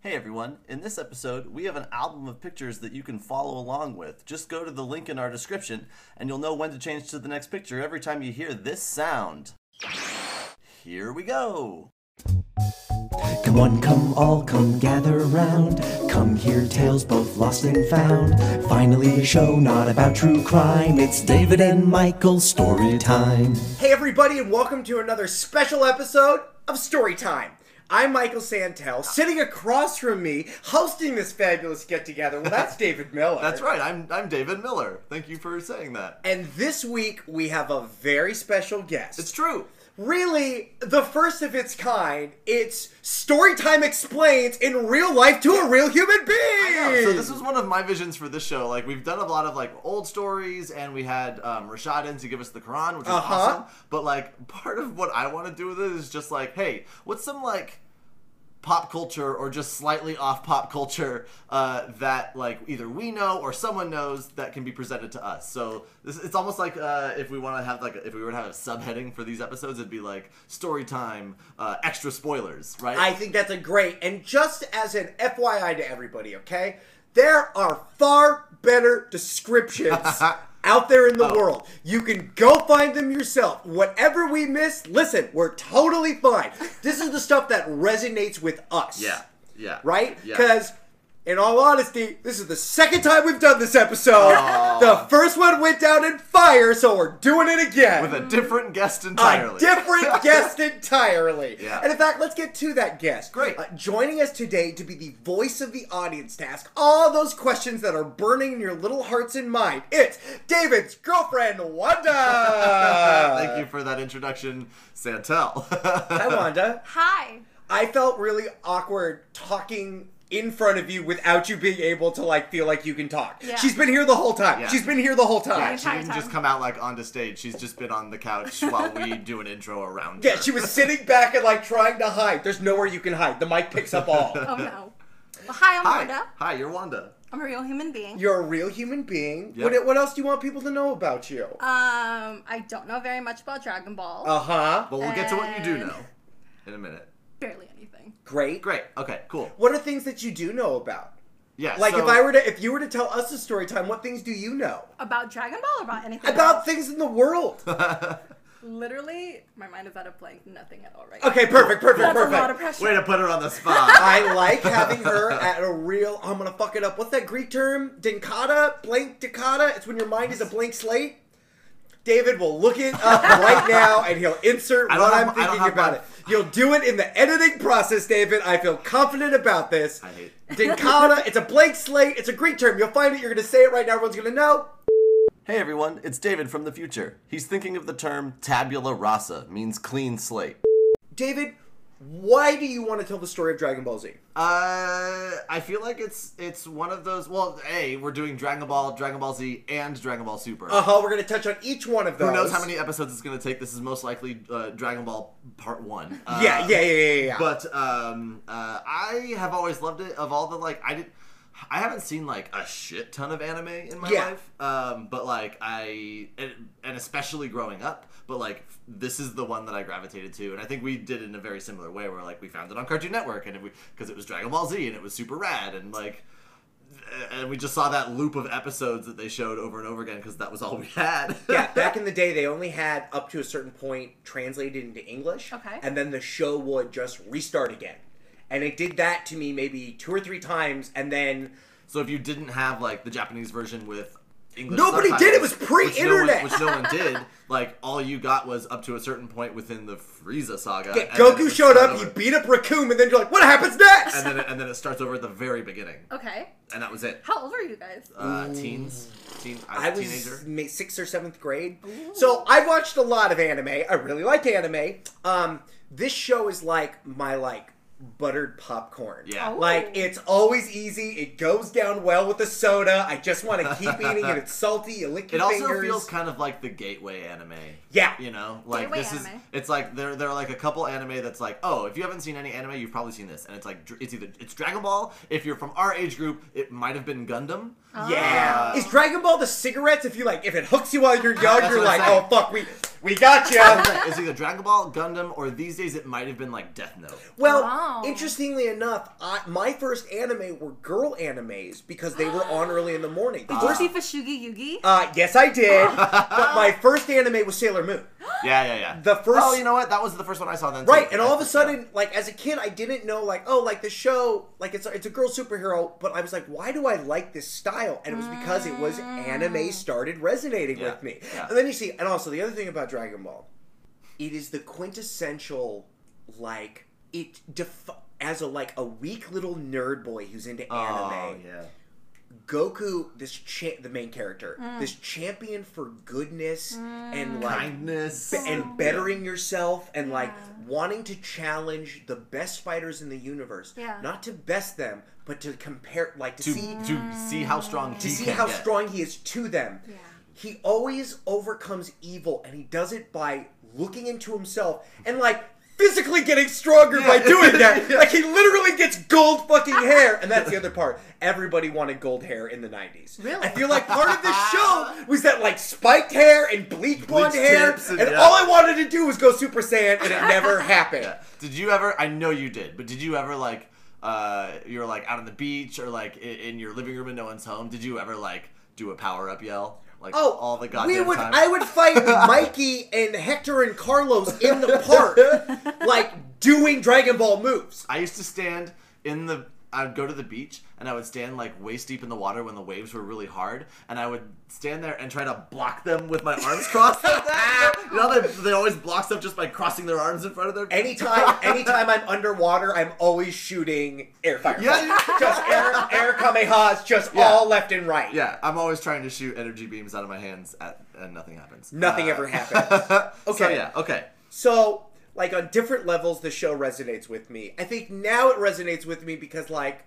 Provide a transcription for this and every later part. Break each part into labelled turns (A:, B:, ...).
A: Hey everyone, in this episode, we have an album of pictures that you can follow along with. Just go to the link in our description, and you'll know when to change to the next picture every time you hear this sound. Here we go!
B: Come one, come all, come gather round. Come hear tales both lost and found. Finally, a show not about true crime. It's David and Michael story time.
C: Hey, everybody, and welcome to another special episode of Storytime. I'm Michael Santel. Sitting across from me, hosting this fabulous get together, well, that's David Miller.
A: That's right, I'm, I'm David Miller. Thank you for saying that.
C: And this week, we have a very special guest.
A: It's true!
C: really the first of its kind. It's Storytime Explains in real life to a real human being.
A: Yeah, so this was one of my visions for this show. Like we've done a lot of like old stories, and we had um, Rashad in to give us the Quran, which is
C: Uh-huh.
A: awesome. But like part of what I want to do with it is just like, hey, what's some like pop culture or just slightly off pop culture uh, that like either we know or someone knows that can be presented to us. So this, it's almost like uh, if we want to have like if we were to have a subheading for these episodes, it'd be like story time, uh, extra spoilers, right?
C: I think that's a great. And just as an FYI to everybody, okay? There are far better descriptions out there in the
A: Oh.
C: world. You can go find them yourself. Whatever we miss, listen, we're totally fine. This is the stuff that resonates with us.
A: yeah, yeah,
C: Right?
A: yeah.
C: Because. In all honesty, this is the second time we've done this episode. The first one went down in fire, so we're doing it again.
A: with a different guest entirely.
C: A different guest entirely.
A: Yeah.
C: And in fact, let's get to that guest.
A: Great.
C: Uh, joining us today to be the voice of the audience to ask all those questions that are burning in your little hearts and mind. It's David's girlfriend, Wanda.
A: Uh, Thank you for that introduction, Santel.
C: Hi, Wanda.
D: Hi.
C: I felt really awkward talking in front of you without you being able to like feel like you can talk.
D: Yeah.
C: She's been here the whole time.
A: Yeah.
C: She's been here the whole time.
A: yeah, she
D: Hi,
A: didn't
D: Tom.
A: just come out like onto stage. She's just been on the couch while we do an intro around.
C: Yeah,
A: her.
C: she was sitting back and like trying to hide. There's nowhere you can hide. The mic picks up all.
D: Oh no. Well, hi, I'm
A: Hi,
D: Wanda.
A: hi, you're Wanda.
D: I'm a real human being.
C: You're a real human being.
A: Yep.
C: What, what else do you want people to know about you?
D: um, I don't know very much about Dragon Ball.
A: Oh.
C: Uh huh.
A: But we'll get to what you do
D: And-
A: know in a minute.
D: Barely anything.
C: Great.
A: Great. Okay. Cool.
C: What are things that you do know about?
A: Yeah.
C: Like
A: so-
C: if I were to, if you were to tell us a story time, what things do you know
D: About Dragon Ball or about anything?
C: about
D: else?
C: things in the world?
D: Literally, my mind is at a blank. Nothing at all right now.
C: Okay, perfect, perfect,
D: That's
C: perfect.
D: a lot of pressure.
A: way to put her on the spot.
C: I like having her at a real. I'm gonna fuck it up. What's that Greek term? Dinkata, blank dicata. It's when your mind is a blank slate. David will look it up right now, and he'll insert
A: I don't
C: what
A: have-
C: I'm
A: I don't
C: thinking
A: have
C: about
A: my-
C: it. You'll do it in the editing process, David. I feel confident about this.
A: I hate.
C: Dinkata. It's a blank slate. It's a Greek term. You'll find it. You're gonna say it right now. Everyone's gonna know.
A: Hey everyone, it's David from the future. He's thinking of the term tabula rasa, means clean slate.
C: David, why do you want to tell the story of Dragon Ball Z?
A: Uh, I feel like it's it's one of those. Well, a we're doing Dragon Ball, Dragon Ball Z, and Dragon Ball Super.
C: Uh huh. We're gonna touch on each one of those.
A: Who knows how many episodes it's going to take? This is most likely uh, Dragon Ball Part One. Uh,
C: Yeah, yeah, yeah, yeah, yeah, yeah.
A: But um, uh, I have always loved it. Of all the like, I did. I haven't seen like a shit ton of anime in my
C: Yeah.
A: life, um, but like I and, and especially growing up, but like this is the one that I gravitated to, and I think we did it in a very similar way, where like we found it on Cartoon Network, and if we because it was Dragon Ball Z, and it was super rad, and like and we just saw that loop of episodes that they showed over and over again because that was all we had.
C: yeah, back in the day, they only had up to a certain point translated into English.
D: Okay.
C: And then the show would just restart again. And it did that to me maybe two or three times, and then.
A: So if you didn't have like the Japanese version with English,
C: Nobody
A: subtitles,
C: did, it was
A: which no
C: pre-internet.
A: one- which, no one, did. Like all you got was up to a certain point within the Frieza saga.
C: Yeah,
A: Uh, and then it
C: Goku
A: would
C: showed
A: start
C: up, you
A: over.
C: beat up Raccoon, and then you're like, what happens next?
A: and then it, and then it starts over at the very beginning,
D: Okay.
A: and that was it.
D: How old are you guys?
A: Uh, teens, teen, I
C: I
A: was a
C: was
A: teenager.
C: ma- sixth or seventh grade. So I watched a lot of anime. I really like anime. Um, this show is like my like buttered popcorn.
A: Yeah. Oh.
C: Like it's always easy. It goes down well with the soda. I just want to keep eating it. It's salty. You lick
A: It
C: your
A: also
C: fingers.
A: feels kind of like the gateway anime.
C: Yeah.
A: you know like
D: Gateway
A: this is
D: anime.
A: it's like there there are like a couple anime that's like oh if you haven't seen any anime you've probably seen this and it's like dr- it's either it's dragon ball if you're from our age group it might have been gundam
C: yeah. Is Dragon Ball the cigarettes? If you like, if it hooks you while you're young,
A: uh, That's
C: you're
A: what I'm
C: like,
A: saying.
C: oh fuck, we We got
A: It's
C: you.
A: like- It's either Dragon Ball, Gundam, or these days it might have been like Death Note.
C: well,
D: Wow.
C: interestingly enough, I, my first anime were girl animes because they were on early in the morning.
A: Ah.
D: Did you see Fashugi Yugi?
C: Uh, yes, I did. but my first anime was Sailor Moon.
A: Yeah, yeah, yeah.
C: The first-
A: Oh, you know what? That was the first one I saw then. too.
C: Right, and all of a sudden, like as a kid, I didn't know, like, oh, like the show, like it's it's a girl superhero, but I was like, why do I like this style? And it was because it was anime started resonating
A: Mm. Yeah,
C: with me.
A: yeah.
C: And then you see, and also the other thing about Dragon Ball, it is the quintessential, like it def- as a like a weak little nerd boy who's into
A: Oh,
C: anime.
A: yeah.
C: Goku, this cha- the main character,
A: Mm.
C: this champion for goodness and like
A: Kindness.
C: be- and bettering yourself and like wanting to challenge the best fighters in the universe.
D: Yeah.
C: Not to best them, but to compare, like to,
A: to,
C: see
A: to see how strong
C: to
A: he
C: see
A: can
C: how
A: get.
C: strong he is to them.
D: Yeah.
C: He always overcomes evil, and he does it by looking into himself and like physically getting stronger by doing that. Like he literally gets gold fucking hair, and that's the other part. Everybody wanted gold hair in the '90s.
D: Really?
C: I feel like part of this show was that like spiked hair and bleach blonde hair,
A: tips
C: and,
A: and- yeah.
C: all I wanted to do was go Super Saiyan, and it never happened.
A: Did you ever? I know you did, but did you ever like? Uh, you're like out on the beach or like i- in your living room and no one's home. Did you ever like do a power up yell? Like
C: Oh,
A: all the goddamn
C: we would.
A: time.
C: I would fight Mikey and Hector and Carlos in the park, like doing Dragon Ball moves.
A: I used to stand in the. I'd go to the beach and I would stand like waist deep in the water when the waves were really hard, and I would stand there and try to block them with my arms crossed. like that. You know, they, they always block stuff just by crossing their arms in front of their.
C: Anytime, anytime I'm underwater, I'm always shooting air fire.
A: Yeah, yeah.
C: just air, air kamehas, just
A: Yeah.
C: all left and right.
A: Yeah, I'm always trying to shoot energy beams out of my hands at, and nothing happens.
C: nothing
A: Uh,
C: ever happens. Okay,
A: So yeah, okay.
C: So, like on different levels, the show resonates with me. I think now it resonates with me because like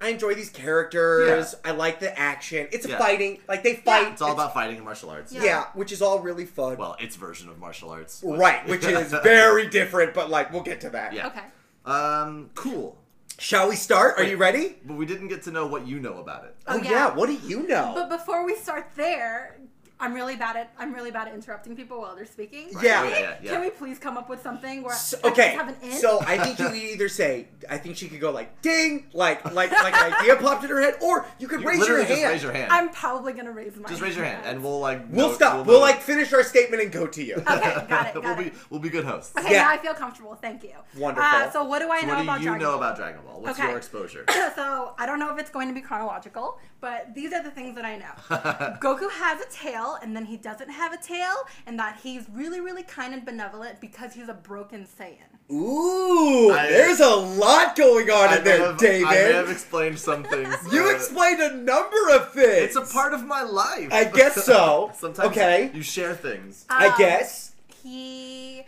C: I enjoy these characters. I like the action. It's
A: Yeah.
C: fighting. Like they fight.
A: It's all about fighting and martial arts.
C: yeah. which is all really fun.
A: Well, its version of martial arts.
C: right, which is very different. But like we'll get to that.
A: Yeah.
D: Okay.
A: Um, cool.
C: Shall we start? Are you ready?
A: But we didn't get to know what you know about it.
D: Oh, yeah.
C: What do you know?
D: But before we start there, I'm really bad at I'm really bad at interrupting people while they're speaking.
C: Yeah.
A: Oh, yeah, yeah, yeah.
D: Can we please come up with something where
C: So-
D: I just
C: okay,
D: have an in?
C: so I think you could either say, I think she could go like ding, like like like an idea popped in her head, or you could
A: You
C: raise your
A: literally
C: hand.
A: just raise your hand.
D: I'm probably gonna raise my
A: just raise your hand, and we'll like.
C: We'll
A: know-
C: stop. We'll,
A: know.
C: like finish our statement and go to you.
D: Okay, got it. Got
A: we'll be
D: it.
A: we'll be good hosts.
D: Okay,
C: Yeah.
D: now I feel comfortable. Thank you.
C: Wonderful.
D: Uh, so what do I
A: So
D: know
A: what do
D: about
A: you
D: Dragon
A: know
D: Ball?
A: about Dragon Ball? What's
D: Okay.
A: your exposure?
D: so I don't know if it's going to be chronological, but these are the things that I know. Goku has a tail, and then he doesn't have a tail, and that he's really, really kind and benevolent because he's a broken Saiyan.
C: Ooh,
A: I-
C: there's a lot going on in
A: may
C: there,
A: have,
C: David.
A: I may have explained some things.
C: you
A: uh,
C: explained a number of
A: It's
C: things.
A: a part of my life.
C: I guess so.
A: Sometimes
C: Okay.
A: you share things.
D: Uh,
C: I guess.
D: He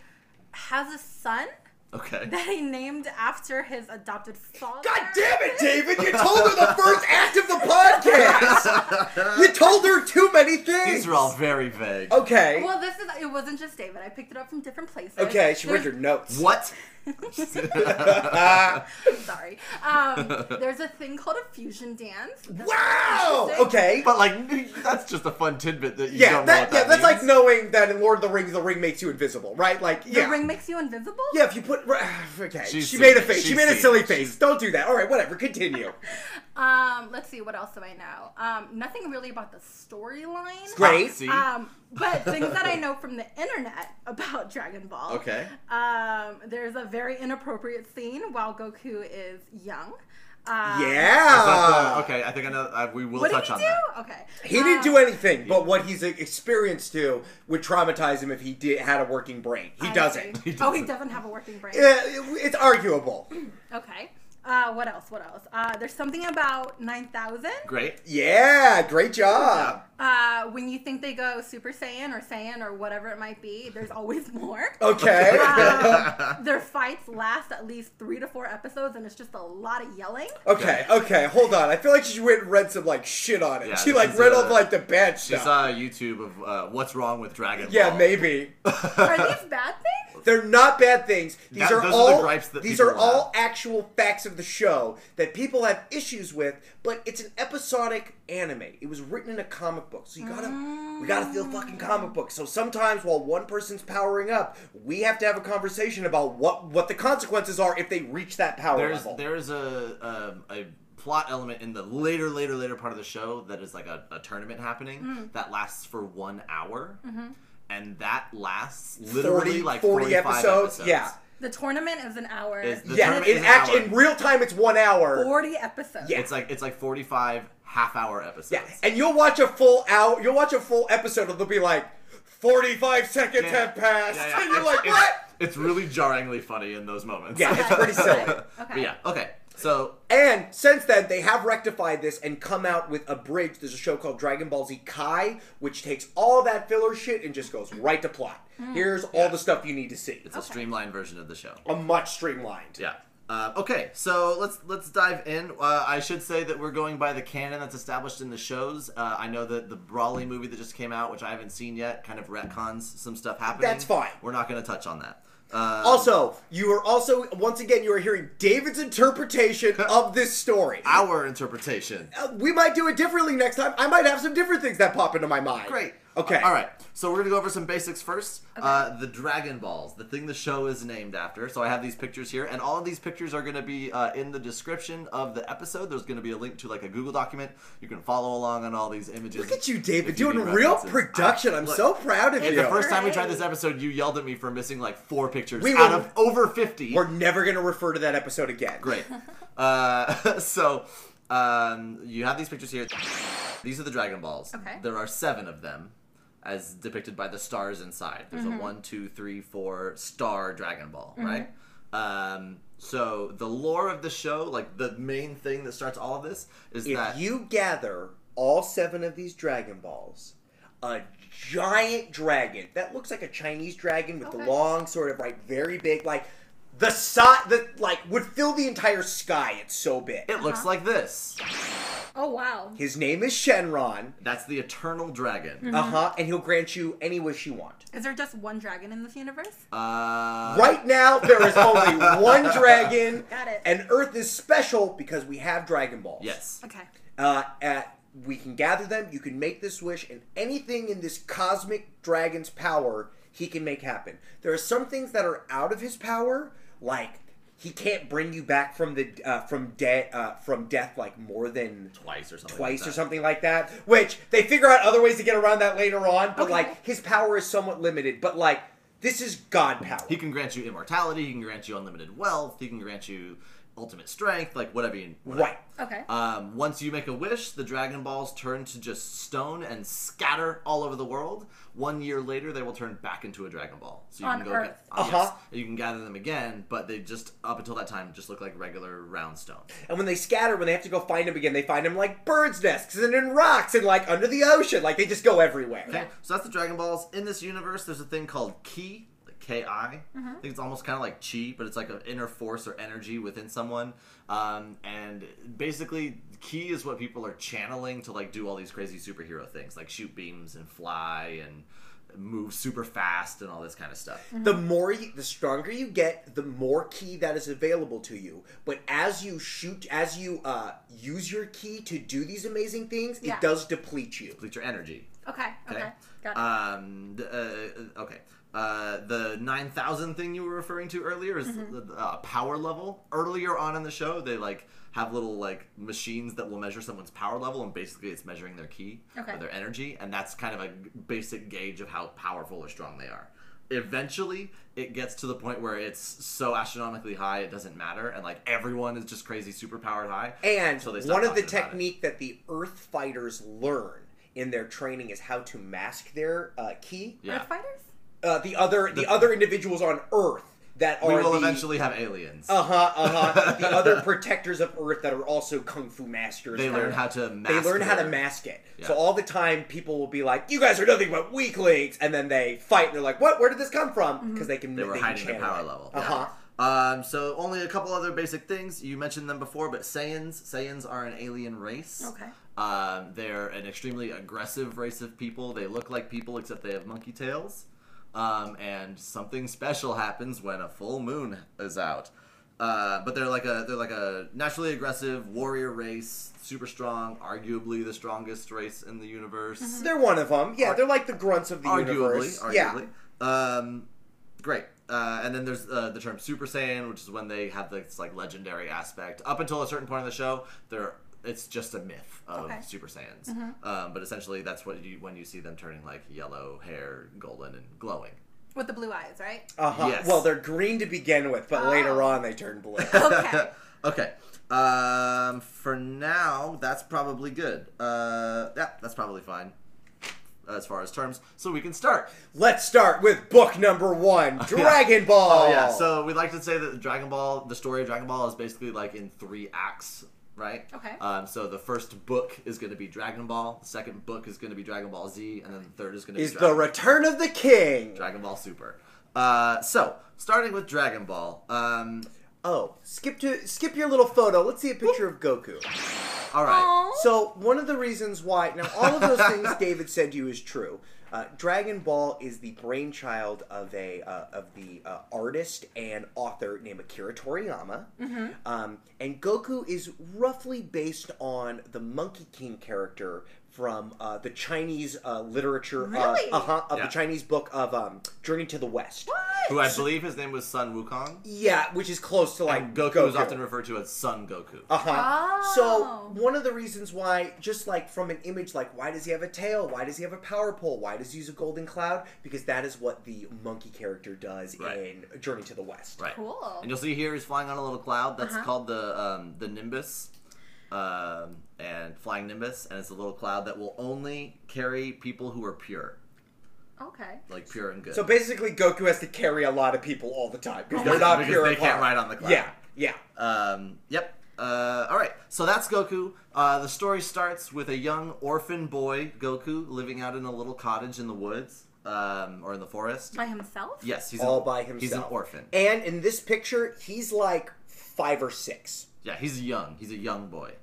D: has a son
A: Okay.
D: that he named after his adopted father.
C: God damn it, David! You told her the first act of the podcast. you told her too many things.
A: These are all very vague.
C: okay.
D: Well, this is it wasn't just David. I picked it up from different places.
C: okay, she read
D: There's-
C: your notes.
A: What?
D: Sorry. Um, there's a thing called a fusion dance.
C: Wow.
D: Interesting.
C: Okay.
A: But like, that's just a fun tidbit that you
C: Yeah,
A: don't
C: that,
A: know
C: yeah,
A: what that
C: that's like
A: means.
C: knowing that in Lord of the Rings, the ring makes you invisible, right? Like,
D: The
C: yeah,
D: ring makes you invisible.
C: yeah. If you put, okay,
A: She's
C: she
A: seen
C: made a
A: it.
C: face. she
A: She's
C: made a
A: seen
C: silly
A: it.
C: face. Don't do that. All right, whatever. Continue.
D: Um, let's see. What else do I know? Um, nothing really about the storyline.
C: Great.
A: Ah, see?
D: Um, but things that I know from the internet about Dragon Ball.
A: Okay.
D: Um, there's a very inappropriate scene while Goku is young.
A: Is
D: Um,
A: that
C: yeah.
A: the- okay, I think I know. I, we will
D: What did
A: touch
D: he
A: on
D: do?
A: that.
D: Okay. Um,
C: He didn't do anything, but what he's experienced to would traumatize him if he did had a working brain. He doesn't.
A: He
D: Oh, he
A: doesn't.
D: doesn't have a working brain.
C: Yeah, it- it's arguable.
D: Okay. Uh, what else? What else? Uh, there's something about 9000.
A: Great.
C: Yeah, great job.
D: Uh, when you think they go Super Saiyan or Saiyan or whatever it might be, there's always more.
A: Oh,
C: Okay.
D: Um, their fights last at least three to four episodes, and it's just a lot of yelling.
C: Okay, okay, hold on. I feel like she went and read some like shit on it.
A: Yeah,
C: she
A: this
C: like
A: is,
C: read
A: uh,
C: all of, like the bad
A: She
C: stuff.
A: saw a YouTube of uh, what's wrong with Dragon
C: yeah,
A: Ball.
C: maybe.
D: Are these bad things?
C: They're not bad things. These
A: That-
C: are
A: those are
C: all
A: the gripes that
C: these
A: people
C: are all
A: have.
C: actual facts of the show that people have issues with. But it's an episodic anime. It was written in a comic book, so you gotta we gotta feel fucking
A: Mm.
C: comic book. So sometimes while one person's powering up, we have to have a conversation about what what the consequences are if they reach that power
A: there's
C: level.
A: there's a um, a plot element in the later later later part of the show that is like a, a tournament happening
C: Mm-hmm.
A: that lasts for one hour and that lasts literally
C: 40
A: like
C: 40
A: 45
C: episodes,
A: episodes,
C: yeah.
D: The tournament is an hour.
A: Is the
C: yeah,
A: tournament
C: in,
A: is an
C: act-
A: hour.
C: in real time, it's one hour.
D: 40 episodes.
C: Yeah.
A: it's like it's like 45 half hour episodes
C: Yeah, and you'll watch a full hour. You'll watch a full episode, and they'll be like, "45 seconds have passed,"
A: Yeah, yeah.
C: and you're
A: It's-
C: like,
A: it's-
C: "What?"
A: It's really jarringly funny in those moments.
C: Yeah, it's pretty silly.
A: But yeah. Okay. So
C: And since then, they have rectified this and come out with a bridge. There's a show called Dragon Ball Z Kai, which takes all that filler shit and just goes right to plot. Here's all the stuff you need to see.
A: it's a streamlined version of the show.
C: a much streamlined.
A: Yeah. Uh, okay, so let's let's dive in. Uh, I should say that we're going by the canon that's established in the shows. Uh, I know that the Brawley movie that just came out, which I haven't seen yet, kind of retcons some stuff happening.
C: That's fine.
A: We're not going to touch on that. Uh,
C: Also, you are also once again you are hearing David's interpretation of this story.
A: our interpretation.
C: Uh, we might do it differently next time. I might have some different things that pop into my mind.
A: Great.
C: Okay.
A: All right. So we're gonna go over some basics first. Uh, the Dragon Balls, the thing the show is named after. So I have these pictures here, and all of these pictures are gonna be uh, in the description of the episode. There's gonna be a link to like a Google document. You can follow along on all these images.
C: Look at you, David,
A: if you
C: doing
A: need
C: real
A: references.
C: production. I'm
A: Look,
C: so proud of
A: It's
C: you.
A: the first time we tried this episode, you yelled at me for missing like four pictures
C: We
A: out
C: were-
A: of over 50.
C: We're never going to refer to that episode again.
A: Great. Uh, so um, you have these pictures here. These are the Dragon Balls.
D: Okay.
A: There are seven of them, as depicted by the stars inside. There's
D: Mm-hmm.
A: a one, two, three, four star Dragon Ball, right? Um, so the lore of the show, like the main thing that starts all of this, is
C: If
A: that
C: you gather all seven of these Dragon Balls, a giant dragon that looks like a Chinese dragon with the
D: Okay.
C: long, sort of like very big, like the size that like would fill the entire sky. It's so big.
A: it
D: Uh-huh.
A: looks like this.
D: Oh, wow.
C: His name is Shenron.
A: That's the Eternal Dragon.
C: Uh huh. And he'll grant you any wish you want.
D: Is there just one dragon in this universe? Mm.
A: Uh,
C: Right now, there is only one dragon.
D: Got it.
C: And Earth is special because we have Dragon Balls.
A: Yes.
D: Okay.
C: Uh, at, we can gather them. You can make this wish, and anything in this cosmic dragon's power, he can make happen. There are some things that are out of his power, like he can't bring you back from the uh, from death uh, from death like more than
A: Twice or something.
C: twice
A: like
C: or
A: that.
C: something like that. Which they figure out other ways to get around that later on. But
D: Okay.
C: like his power is somewhat limited. But like this is God power.
A: He can grant you immortality. He can grant you unlimited wealth. He can grant you ultimate strength, like whatever you. Whatever.
C: right.
D: Okay.
A: Um, once you make a wish, the Dragon Balls turn to just stone and scatter all over the world. One year later, they will turn back into a Dragon Ball. So you
D: On
A: can go
D: Earth.
A: Get, uh,
C: Uh-huh.
A: yes, you can gather them again, but they just up until that time just look like regular round stone.
C: And when they scatter, when they have to go find him again, they find him like birds' nests and in rocks and like under the ocean. Like they just go everywhere.
A: Okay, so that's the Dragon Balls. In this universe, there's a thing called Ki, like Ki. I think it's almost kind of like Chi, but it's like an inner force or energy within someone. Um, and basically, Ki is what people are channeling to like do all these crazy superhero things, like shoot beams and fly and move super fast and all this kind of stuff.
C: The more you, the stronger you get, the more key that is available to you. But as you shoot, as you uh, use your key to do these amazing things,
D: Yeah.
C: it does deplete you.
A: Complete your energy.
D: okay. Okay.
A: Okay.
D: Got it.
A: Um, th- uh, okay. Uh, the 9000 thing you were referring to earlier is
D: Mm-hmm.
A: the uh, power level. Earlier on in the show, they like have little like machines that will measure someone's power level and basically it's measuring their key
D: Okay.
A: or their energy and that's kind of a g- basic gauge of how powerful or strong they are. Eventually, it gets to the point where it's so astronomically high it doesn't matter and like everyone is just crazy superpowered high.
C: And
A: stop
C: one of
A: talking
C: the
A: about it.
C: technique that the Earth fighters learn in their training is how to mask their uh, key.
A: yeah.
D: Earth fighters?
C: Uh, the other the, other individuals on Earth that
A: we
C: are
A: will
C: the,
A: eventually have aliens.
C: Uh huh. Uh huh. the other protectors of Earth that are also kung fu masters.
A: They learn how to
C: They
A: mask
C: learn how to
A: their-
C: mask it. So
A: Yeah.
C: all the time, people will be like, "You guys are nothing but weaklings," and then they fight, and they're like, "What? Where did this come from?" Because they can.
A: they were
C: can
A: hiding the
C: channel
A: power
C: it.
A: level.
C: Uh huh.
A: Um, so only a couple other basic things. You mentioned them before, but Saiyans. Saiyans are an alien race.
D: Okay.
A: Um, they're an extremely aggressive race of people. They look like people except they have monkey tails. Um, and something special happens when a full moon is out. Uh, but they're like a they're like a naturally aggressive warrior race, super strong, arguably the strongest race in the universe.
C: They're one of them. Yeah, they're like the grunts of the
A: Arguably,
C: universe. Yeah.
A: arguably. Um, great. Uh, and then there's uh, the term Super Saiyan, which is when they have this like legendary aspect. Up until a certain point in the show, they're it's just a myth of
D: Okay.
A: Super Saiyans.
C: Mm-hmm.
A: Um, but essentially, that's what you when you see them turning like yellow hair, golden, and glowing.
D: With the blue eyes, right?
C: Uh-huh.
A: Yes.
C: Well, they're green to begin with, but later on they turn blue.
D: Okay.
A: okay. Um, for now, that's probably good. Uh, yeah, that's probably fine as far as terms. So we can start.
C: Let's start with book number one, Dragon Ball.
A: Oh yeah. So we like to say that Dragon Ball, the story of Dragon Ball, is basically like in three acts, right?
D: Okay.
A: Um, so the first book is going to be Dragon Ball. The second book is going to be Dragon Ball Z, and then the third is going to
C: is
A: be
C: the
A: Dragon,
C: Return of the King.
A: Dragon Ball Super. Uh, so starting with Dragon Ball. Um,
C: Oh, skip to skip your little photo. Let's see a picture of Goku.
A: all right.
D: Aw.
C: So one of the reasons why now all of those things David said to you is true. Uh, Dragon Ball is the brainchild of a uh, of the uh, artist and author named Akira Toriyama, um, and Goku is roughly based on the Monkey King character from uh, the Chinese uh, literature
D: Really?
C: of, uh-huh, of
A: Yeah.
C: the Chinese book of um, Journey to the West.
A: Who I believe his name was Sun Wukong.
C: Yeah, which is close to like
A: Goku,
C: Goku
A: is often referred to as Sun Goku.
C: uh-huh.
D: Oh.
C: So one of the reasons why, just like from an image, like why does he have a tail? Why does he have a power pole? Why does he use a golden cloud? Because that is what the monkey character does
A: Right.
C: in Journey to the West.
A: right.
D: Cool.
A: And you'll see here he's flying on a little cloud. That's called the um, the nimbus, um, and flying nimbus, and it's a little cloud that will only carry people who are pure,
D: Okay.
A: like pure and good.
C: So basically, Goku has to carry a lot of people all the time because
A: Because-
C: they're
A: Oh
C: not
A: because
C: pure.
A: they
C: and
A: can't
C: hard.
A: ride on the cloud.
C: Yeah, yeah.
A: Um, yep. Uh, all right. So that's Goku. Uh, the story starts with a young orphan boy, Goku, living out in a little cottage in the woods um, or in the forest.
D: By himself?
A: Yes, he's
C: all
A: an-
C: by himself.
A: He's an orphan.
C: And in this picture, he's like five or six.
A: Yeah, he's young. He's a young boy.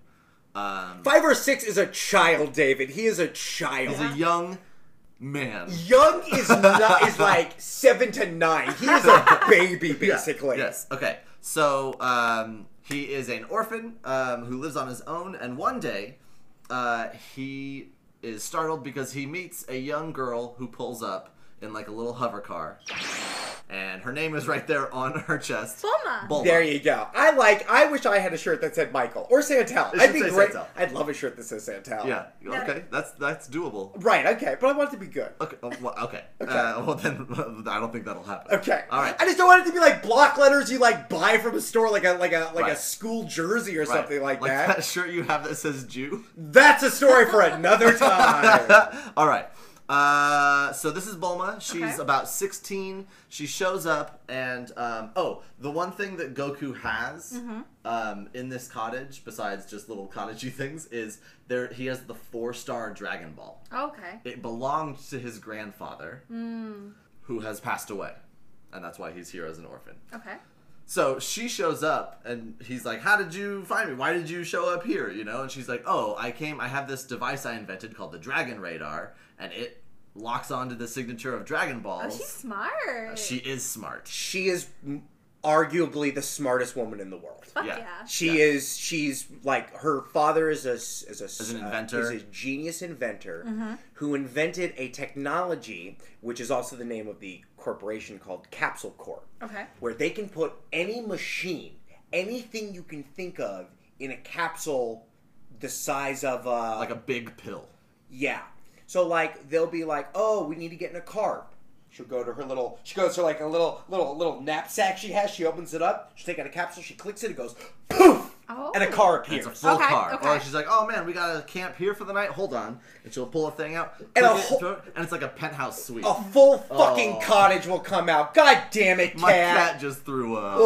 A: Um,
C: Five or six is a child, David. He is a child.
A: he's a young man.
C: Young is not, is like seven to nine. He is a baby, basically.
A: Yes. Okay. So um, he is an orphan um, who lives on his own, and one day uh, he is startled because he meets a young girl who pulls up in like a little hover car, and her name is right there on her chest.
D: Bulma.
A: Bulma.
C: There you go. I like. I wish I had a shirt that said Michael or Santel.
A: It
C: I'd
A: should
C: be
A: say
C: great.
A: Santel.
C: I'd love a shirt that says Santel.
A: Yeah.
D: Yeah.
A: Okay. That's that's doable.
C: Right. Okay. But I want it to be good.
A: Okay. oh, well, okay. Uh, well, then I don't think that'll happen.
C: Okay.
A: All right.
C: I just don't want it to be like block letters you like buy from a store, like a like a like a
A: Right.
C: school jersey or
A: Right.
C: something like,
A: like
C: that.
A: that shirt you have that says Jew.
C: That's a story for another time.
A: All right. Uh, so this is Bulma. She's
D: Okay.
A: about 16. She shows up, and um, oh, the one thing that Goku has um, in this cottage, besides just little cottagey things, is there he has the four star Dragon Ball.
D: Okay.
A: It belonged to his grandfather, who has passed away, and that's why he's here as an orphan.
D: Okay.
A: So she shows up and he's like, How did you find me? Why did you show up here? You know? And she's like, Oh, I came, I have this device I invented called the Dragon Radar, and it locks onto the signature of Dragon
D: Oh,
A: Balls.
D: she's smart.
A: she is smart.
C: she is m- arguably the smartest woman in the world.
D: Fuck
A: yeah.
D: yeah.
C: She is. She's like her father is a s- is a s-
A: Is an
C: uh,
A: inventor.
C: is a genius inventor who invented a technology which is also the name of the corporation called Capsule Corp.
D: Okay.
C: Where they can put any machine, anything you can think of, in a capsule the size of uh,
A: Like a big pill.
C: yeah. So like they'll be like, oh, we need to get in a car. She'll go to her little. She goes to like a little little little knapsack she has. She opens it up. She'll take out a capsule. She clicks it. It goes poof,
D: Oh.
C: and a car
A: And it's
C: appears.
A: a full
D: Okay,
A: car.
D: okay.
A: Or she's like, Oh man, we gotta camp here for the night. Hold on. And she'll pull a thing out,
C: And
A: and,
C: a
A: it,
C: whole-
A: throw it, and it's like a penthouse suite.
C: A full fucking
A: Oh.
C: cottage will come out. God damn it,
A: My
C: cat. Oh,
A: cat just threw up.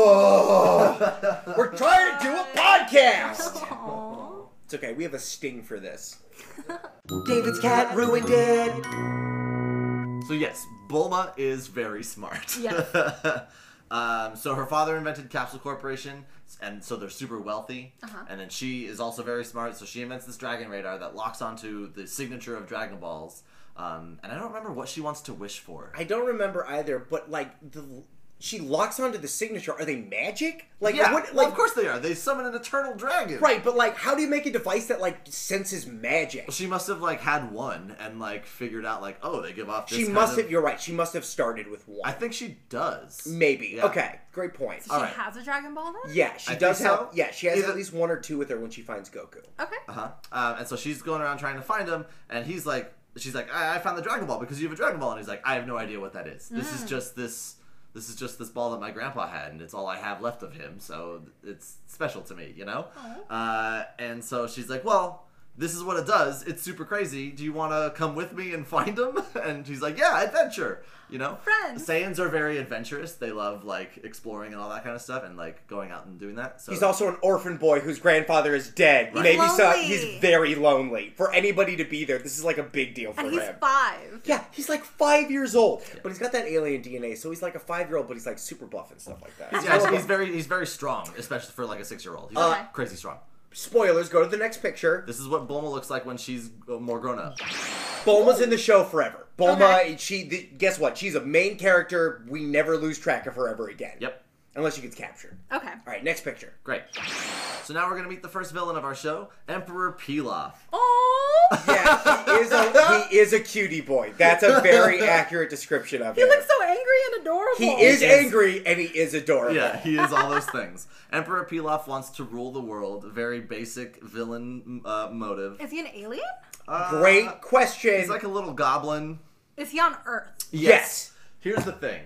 C: Ugh. We're trying to do a podcast.
D: Aw.
C: It's okay. We have a sting for this.
B: David's cat ruined it.
A: So yes, Bulma is very smart.
D: Yes.
A: Um, so her father invented Capsule Corporation, and so they're super wealthy. And then she is also very smart, so she invents this dragon radar that locks onto the signature of Dragon Balls. Um, and I don't remember what she wants to wish for.
C: I don't remember either, but like the she locks onto the signature. Are they magic? Like
A: yeah,
C: what? Like
A: well, of course they are. They summon an eternal dragon.
C: right? But like, how do you make a device that like senses magic?
A: She must have like had one and like figured out like oh they give off. This
C: She
A: kind
C: must
A: of-
C: have. You're right. She must have started with one.
A: I think she does.
C: Maybe.
A: Yeah.
C: Okay. Great point.
D: She
A: right.
D: has a Dragon Ball then?
C: yeah, she
A: I
C: does
A: think
C: have.
A: so.
C: Yeah, she has
A: Either-
C: at least one or two with her when she finds Goku.
D: Okay.
A: Uh-huh. Um, and so she's going around trying to find him, and he's like, she's like, I, I found the Dragon Ball because you have a Dragon Ball, and he's like, I have no idea what that is. This is just this, this is just this ball that my grandpa had, and it's all I have left of him, so it's special to me, you know. Uh, and so she's like, well. This is what it does. It's super crazy. Do you want to come with me and find him? And he's like, "Yeah, adventure." You know,
D: Friends.
A: Saiyans are very adventurous. They love like exploring and all that kind of stuff, and like going out and doing that. So
C: He's also an orphan boy whose grandfather is dead. Maybe so.
D: lonely.
C: He's very lonely. For anybody to be there, this is like a big deal for
D: And
C: him.
D: he's five.
C: yeah, he's like five years old, but he's got that alien DNA, so he's like a five-year-old, but he's like super buff and stuff like that. It's
A: Yeah,
C: adorable.
A: he's very he's very strong, especially for like a six year old.
C: Uh,
A: He's like, crazy strong.
C: Spoilers. Go to the next picture.
A: This is what Bulma looks like when she's uh, more grown up.
C: Bulma's in the show forever. Bulma,
D: Okay.
C: she the, guess what? She's a main character. We never lose track of her ever again.
A: Yep,
C: Unless she gets captured.
D: Okay.
C: All right, next picture.
A: great. So now we're gonna meet the first villain of our show, Emperor Pilaf.
D: Oh,
C: Yeah, he is a he is a cutie boy. That's a very accurate description of
D: he
C: him.
D: looks so angry and adorable.
C: he is
A: Yes.
C: angry and he is adorable.
A: Yeah, he is all those things. Emperor Pilaf wants to rule the world. Very basic villain uh, motive.
D: Is he an alien?
C: Great question.
A: Uh, He's like a little goblin.
D: Is he on Earth?
C: Yes.
A: Here's the thing.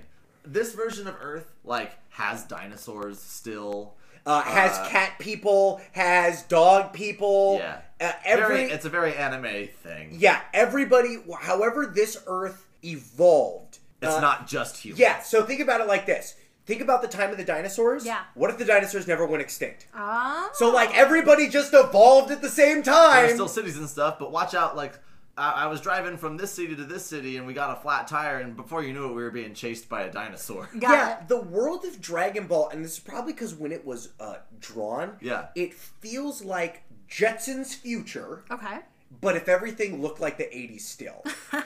A: This version of Earth like has dinosaurs still.
C: uh, has cat people, has dog people.
A: Yeah.
C: Uh, every
A: Very, it's a very anime thing.
C: yeah, everybody. However, this Earth evolved. Uh,
A: It's not just humans.
C: Yeah, so think about it like this. Think about the time of the dinosaurs.
D: Yeah.
C: What if the dinosaurs never went extinct?
D: Ah.
C: So like everybody just evolved at the same
A: there's
C: time.
A: still cities and stuff, but watch out. Like, I, I was driving from this city to this city, and we got a flat tire, and before you knew it, we were being chased by a dinosaur.
D: Got
C: yeah,
D: it.
C: the world of Dragon Ball, and this is probably because when it was uh, drawn,
A: Yeah.
C: it feels like Jetson's future,
D: Okay.
C: but if everything looked like the '80s still,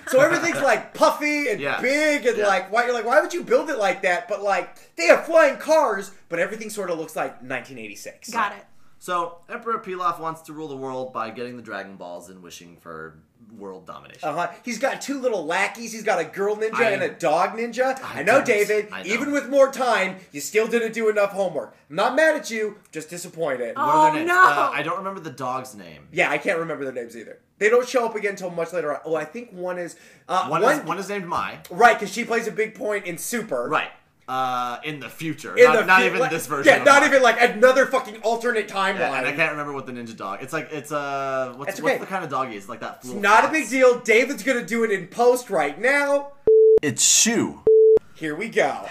C: so everything's like puffy and
A: Yeah.
C: big and
A: Yeah.
C: like why you're like why would you build it like that? But like they have flying cars, but everything sort of looks like 1986.
D: Got it.
A: So, Emperor Pilaf wants to rule the world by getting the Dragon Balls and wishing for world domination.
C: Uh-huh. He's got two little lackeys. He's got a girl ninja
A: I-
C: and a dog ninja. I, know,
A: don't-
C: David.
A: I know.
C: Even with more time, you still didn't do enough homework. I'm not mad at you. Just disappointed.
A: What are their
D: Oh,
A: names?
D: no.
A: Uh, I don't remember the dog's name.
C: Yeah, I can't remember their names either. They don't show up again until much later on. Oh, I think one is uh,
A: One,
C: one.
A: is, one is named Mai.
C: right, because she plays a big point in Super.
A: Right. Uh, in the future.
C: In
A: not,
C: the
A: not
C: fi-
A: even
C: like-
A: this version.
C: Yeah,
A: of
C: not
A: Mai.
C: even like another fucking alternate timeline.
A: Yeah, and I can't remember what the ninja dog. It's like it's uh, what's,
C: It's
A: what's
C: okay.
A: the kind of dog he is? Like that. It's
C: Not a big deal. David's gonna do it in post right now.
A: It's Shu.
C: Here we go.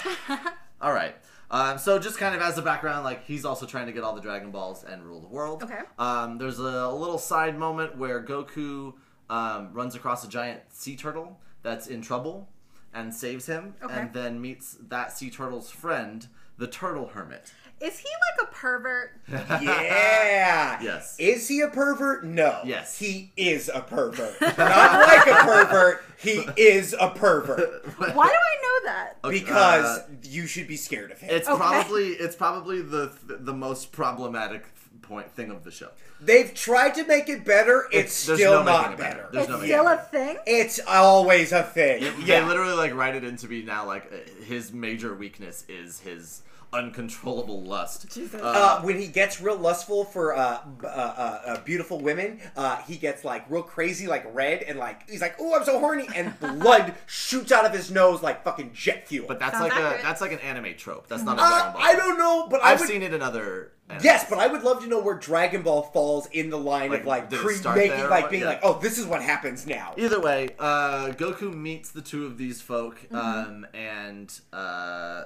A: All right. Um, so just kind of as a background, like he's also trying to get all the Dragon Balls and rule the world.
D: Okay.
A: Um, there's a little side moment where Goku um, runs across a giant sea turtle that's in trouble and saves him,
D: Okay.
A: and then meets that sea turtle's friend, the turtle hermit.
D: Is he like a pervert?
C: Yeah.
A: Yes.
C: Is he a pervert? No.
A: Yes.
C: He is a pervert. Not like a pervert. He is a pervert
D: Why do I know that?
C: Oh, because
A: Uh,
C: you should be scared of him.
A: it's
D: Okay.
A: probably it's probably the the most problematic point thing of the show.
C: They've tried to make it better. It's,
A: It's- there's no
C: still
A: making
C: not
A: it better.
C: better.
A: There's
D: it's
A: no
D: still
A: idea.
D: a thing.
C: It's always a thing.
A: They literally like write it in to be now like uh, his major weakness is his uncontrollable lust.
C: Uh, when he gets real lustful for uh, b- uh, uh, uh, beautiful women, uh, he gets like real crazy, like red, and like he's like, "Oh, I'm so horny," and blood shoots out of his nose like fucking jet fuel.
A: But that's
D: Sounds
A: like
D: accurate.
A: a that's like an anime trope. That's not a
C: uh,
A: Dragon Ball.
C: I don't know, but I
A: I've
C: would
A: seen it in other. Anime.
C: Yes, but I would love to know where Dragon Ball falls in the line
A: Like,
C: of like
A: did it
C: cre-
A: start
C: making
A: there or
C: like
A: what?
C: being
A: Yeah.
C: like, oh, this is what happens now.
A: Either way, uh, Goku meets the two of these folk,
C: Mm-hmm.
A: um, and uh,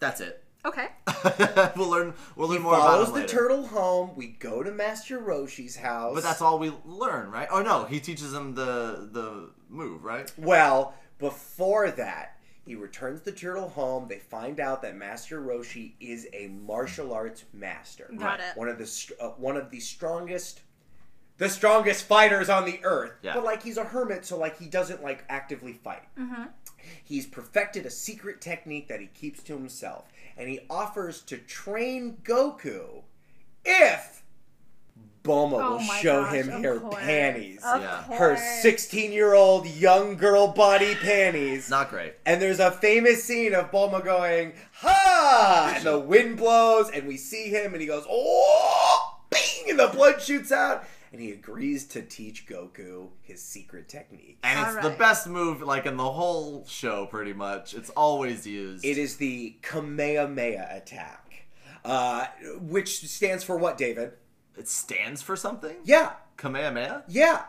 A: that's it.
D: Okay.
A: we'll learn. We'll learn more about
C: Follows
A: him
C: the
A: later.
C: turtle home. We go to Master Roshi's house.
A: But that's all we learn, right? Oh no, he teaches him the the move, right?
C: well. Before that, He returns the turtle home. They find out that Master Roshi is a martial arts master.
D: Got it.
C: One of the str- uh, one of the strongest the strongest fighters on the earth.
A: Yeah.
C: But like he's a hermit, so like he doesn't like actively fight.
D: Mm-hmm.
C: He's perfected a secret technique that he keeps to himself, and he offers to train Goku if Bulma
D: Oh
C: will
D: my
C: show
D: gosh,
C: him
D: of
C: her
D: course.
C: panties.
D: Of
A: Yeah.
C: Her
D: course.
C: 16 year old young girl body panties.
A: Not great.
C: And there's a famous scene of Bulma going, ha! And the wind blows, and we see him, and he goes, oh! Bing! And the blood shoots out. And he agrees to teach Goku his secret technique.
A: And it's the
D: Alright.
A: best move, like in the whole show, pretty much. It's always used.
C: It is the Kamehameha attack, uh, which stands for what, David?
A: It stands for something.
C: Yeah,
A: Kamehameha.
C: yeah.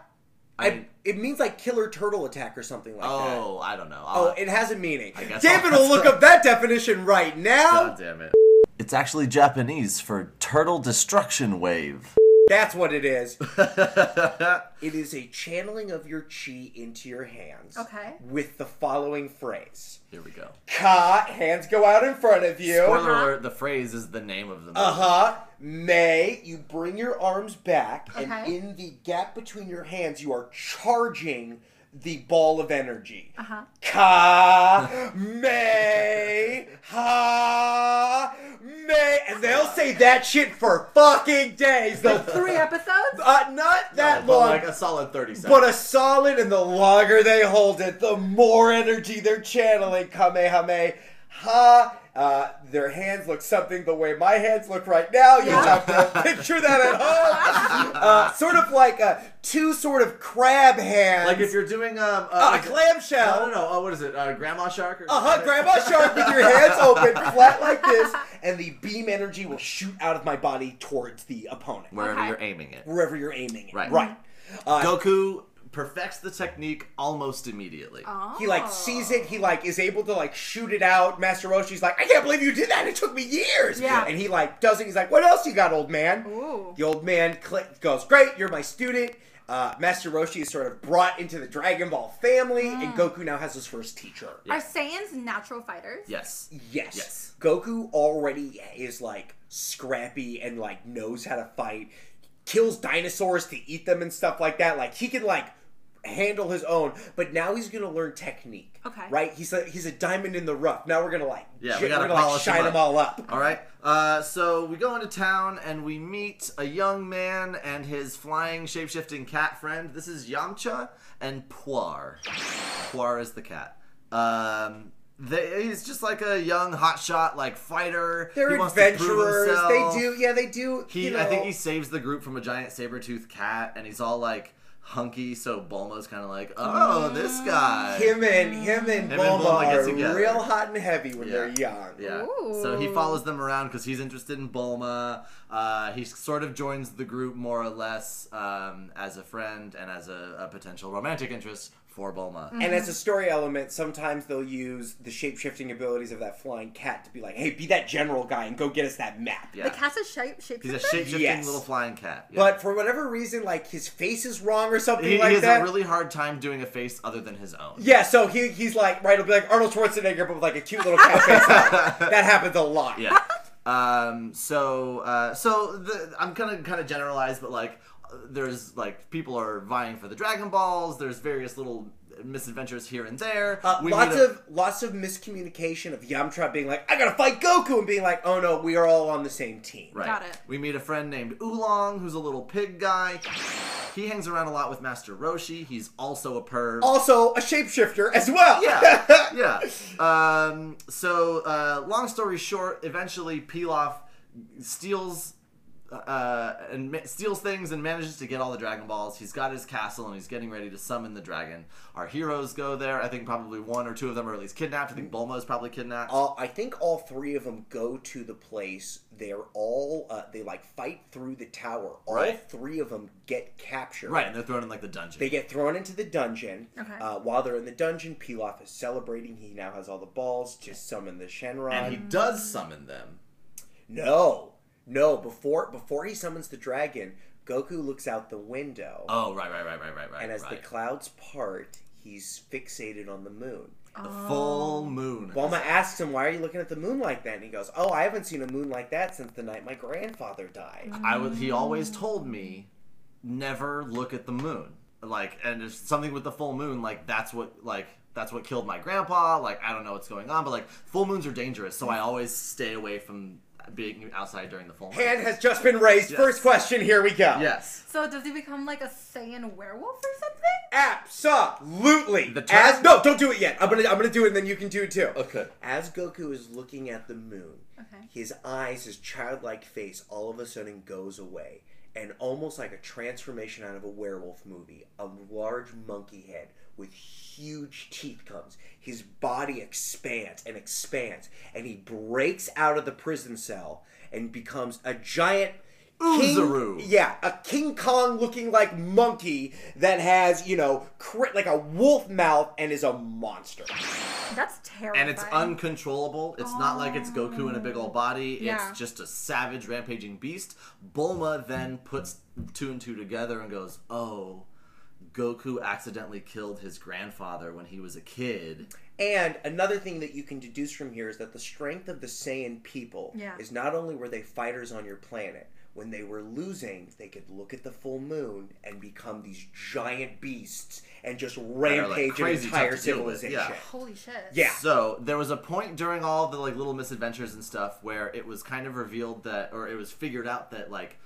A: I
C: I,
A: mean-
C: it means like killer turtle attack or something like that.
A: Oh, I don't know.
C: Oh,
A: I'll-
C: it has a meaning.
A: guess
C: David
A: I'll-
C: will look up that definition right now.
A: God damn it. It's actually Japanese for turtle destruction wave.
C: That's what it is. it is a channeling of your chi into your hands.
D: Okay.
C: With the following phrase.
A: Here we go.
C: Ka, hands go out in front of you.
A: Spoiler alert, the phrase is the name of the movie.
C: Uh huh. May, you bring your arms back, and
D: Okay.
C: in the gap between your hands, you are charging the ball of energy.
D: Uh-huh.
C: Uh huh. Ka, May, Ha, May. And they'll say that shit for fucking days. They'll
D: Three episodes?
C: Uh, not that
A: But
C: long,
A: like a solid 30 seconds.
C: but a solid, and the longer they hold it, the more energy they're channeling. Kamehameha. Uh, their hands look something the way my hands look right now. You
D: Yeah.
C: have to picture that at home. Uh, sort of like uh, two sort of crab hands.
A: like if you're doing um
C: Uh,
A: uh,
C: a clamshell.
A: No, no, no. Oh, what is it? Uh, grandma shark? Or
C: Uh-huh, grandma shark with your hands open, flat like this, and the beam energy will shoot out of my body towards the opponent.
A: Wherever
D: Okay.
A: you're aiming it.
C: Wherever you're aiming it.
A: Right.
C: Right. Uh,
A: Goku perfects the technique almost immediately.
D: Oh.
C: He like sees it. He like is able to like shoot it out. Master Roshi's like, I can't believe you did that. It took me years.
D: Yeah.
C: And he like does it. He's like, What else you got, old man?
D: Ooh.
C: The old man click goes, Great, you're my student. Uh, Master Roshi is sort of brought into the Dragon Ball family,
D: Ah.
C: and Goku now has his first teacher.
D: Oh. Are Saiyans natural fighters?
A: Yes.
C: Yes.
A: Yes.
C: Goku already is like scrappy and like knows how to fight, kills dinosaurs to eat them and stuff like that. Like he can like handle his own, but now he's gonna learn technique.
D: Okay.
C: Right? He's a he's a diamond in the rough. Now we're gonna like
A: Yeah,
C: shit-
A: we gotta
C: we're gonna like
A: polish him
C: shine
A: up.
C: them all up.
A: All right. Uh, so we go into town and we meet a young man and his flying shapeshifting cat friend. This is Yamcha and Puar. Puar is the cat. Um, they, he's just like a young hotshot like fighter.
C: They're
A: He wants to prove
C: adventurers. They
A: himself.
C: do yeah, they do
A: He,
C: you know,
A: I think he saves the group from a giant saber-toothed cat, and he's all like hunky. So Bulma's kind of like, "Oh, this guy."
C: him and him
A: Him and
C: and Bulma,
A: Bulma get
C: are
A: together.
C: real hot and heavy when they're
A: Yeah.
C: young.
A: Yeah. So he
D: Ooh.
A: follows them around because he's interested in Bulma. Uh, he sort of joins the group more or less um, as a friend and as a, a potential romantic interest for Bulma.
D: Mm.
C: And as a story element, sometimes they'll use the shape shifting abilities of that flying cat to be like, hey, be that general guy and go get us that map.
A: Yeah.
D: The cat's a shape shape.
A: He's a shape-shifting
C: Yes.
A: little flying cat. Yeah.
C: But for whatever reason, like his face is wrong or something
A: he, he
C: like
A: has
C: that.
A: a really hard time doing a face other than his own.
C: yeah, so he, he's like, right, it'll be like Arnold Schwarzenegger, but with like a cute little cat face. on it. that happens a lot.
A: Yeah. um. So. Uh. So the I'm kind of kind of generalized, but like, uh, there's like people are vying for the Dragon Balls. There's various little misadventures here and there.
C: Uh,
A: We
C: lots
A: meet a-
C: of lots of miscommunication of Yamcha being like, I gotta fight Goku, and being like, oh no, we are all on the same team.
A: Right.
D: Got it.
A: We meet a friend named Oolong, who's a little pig guy. He hangs around a lot with Master Roshi. He's also a perv.
D: Oh.
C: Also, a shapeshifter as well.
A: yeah, yeah. Um, so, uh, long story short, eventually Pilaf steals uh, and ma- steals things and manages to get all the Dragon Balls. He's got his castle and he's getting ready to summon the dragon. Our heroes go there. I think probably one or two of them are at least kidnapped. I think Bulma is probably kidnapped.
D: Oh.
C: all Uh, I think all three of them go to the place. They're all uh, they like fight through the tower. All
A: Right.
C: three of them get captured.
A: right, and they're thrown in like the dungeon.
C: They get thrown into the dungeon.
D: Okay.
C: Uh, while they're in the dungeon, Pilaf is celebrating. He now has all the balls to summon the Shenron.
A: and he does summon them.
C: no, no. Before before he summons the dragon, Goku looks out the window,
A: Oh, right, right, right, right, right, right.
C: and as
A: right.
C: the clouds part, he's fixated on the moon.
A: The full moon.
C: Bulma asks him, "Why are you looking at the moon like that?" And he goes, "Oh, I haven't seen a moon like that since the night my grandfather died."
A: I was. He always told me, never look at the moon. Like, and it's something with the full moon. Like that's what. Like that's what killed my grandpa. Like I don't know what's going on, but like full moons are dangerous, so I always stay away from being outside during the full moon.
C: Hand has just been raised.
A: Yes.
C: First question. Here we go.
A: yes.
D: So does he become like a Saiyan werewolf or something?
C: Absolutely.
A: The term-
C: As no, don't do it yet. I'm gonna I'm gonna do it and then you can do it too.
A: Okay.
C: As Goku is looking at the moon,
D: Okay.
C: his eyes, his childlike face, all of a sudden goes away. And almost like a transformation out of a werewolf movie, a large monkey head with huge teeth comes. His body expands and expands, and he breaks out of the prison cell and becomes a giant King-
A: Uzaru.
C: yeah, a King Kong looking like monkey that has, you know, cri- like a wolf mouth and is a monster.
D: That's terrifying.
A: And it's uncontrollable. It's not like it's Goku in a big old body.
D: Yeah.
A: It's just a savage, rampaging beast. Bulma then puts two and two together and goes, "Oh, Goku accidentally killed his grandfather when he was a kid."
C: And another thing that you can deduce from here is that the strength of the Saiyan people
D: Yeah.
C: is not only were they fighters on your planet, when they were losing, they could look at the full moon and become these giant beasts and just
A: are,
C: rampage
A: like,
C: an
A: crazy tough
C: entire
A: to deal with,
C: civilization.
A: yeah.
D: Holy shit.
C: Yeah.
A: So there was a point during all the like little misadventures and stuff where it was kind of revealed that, or it was figured out that like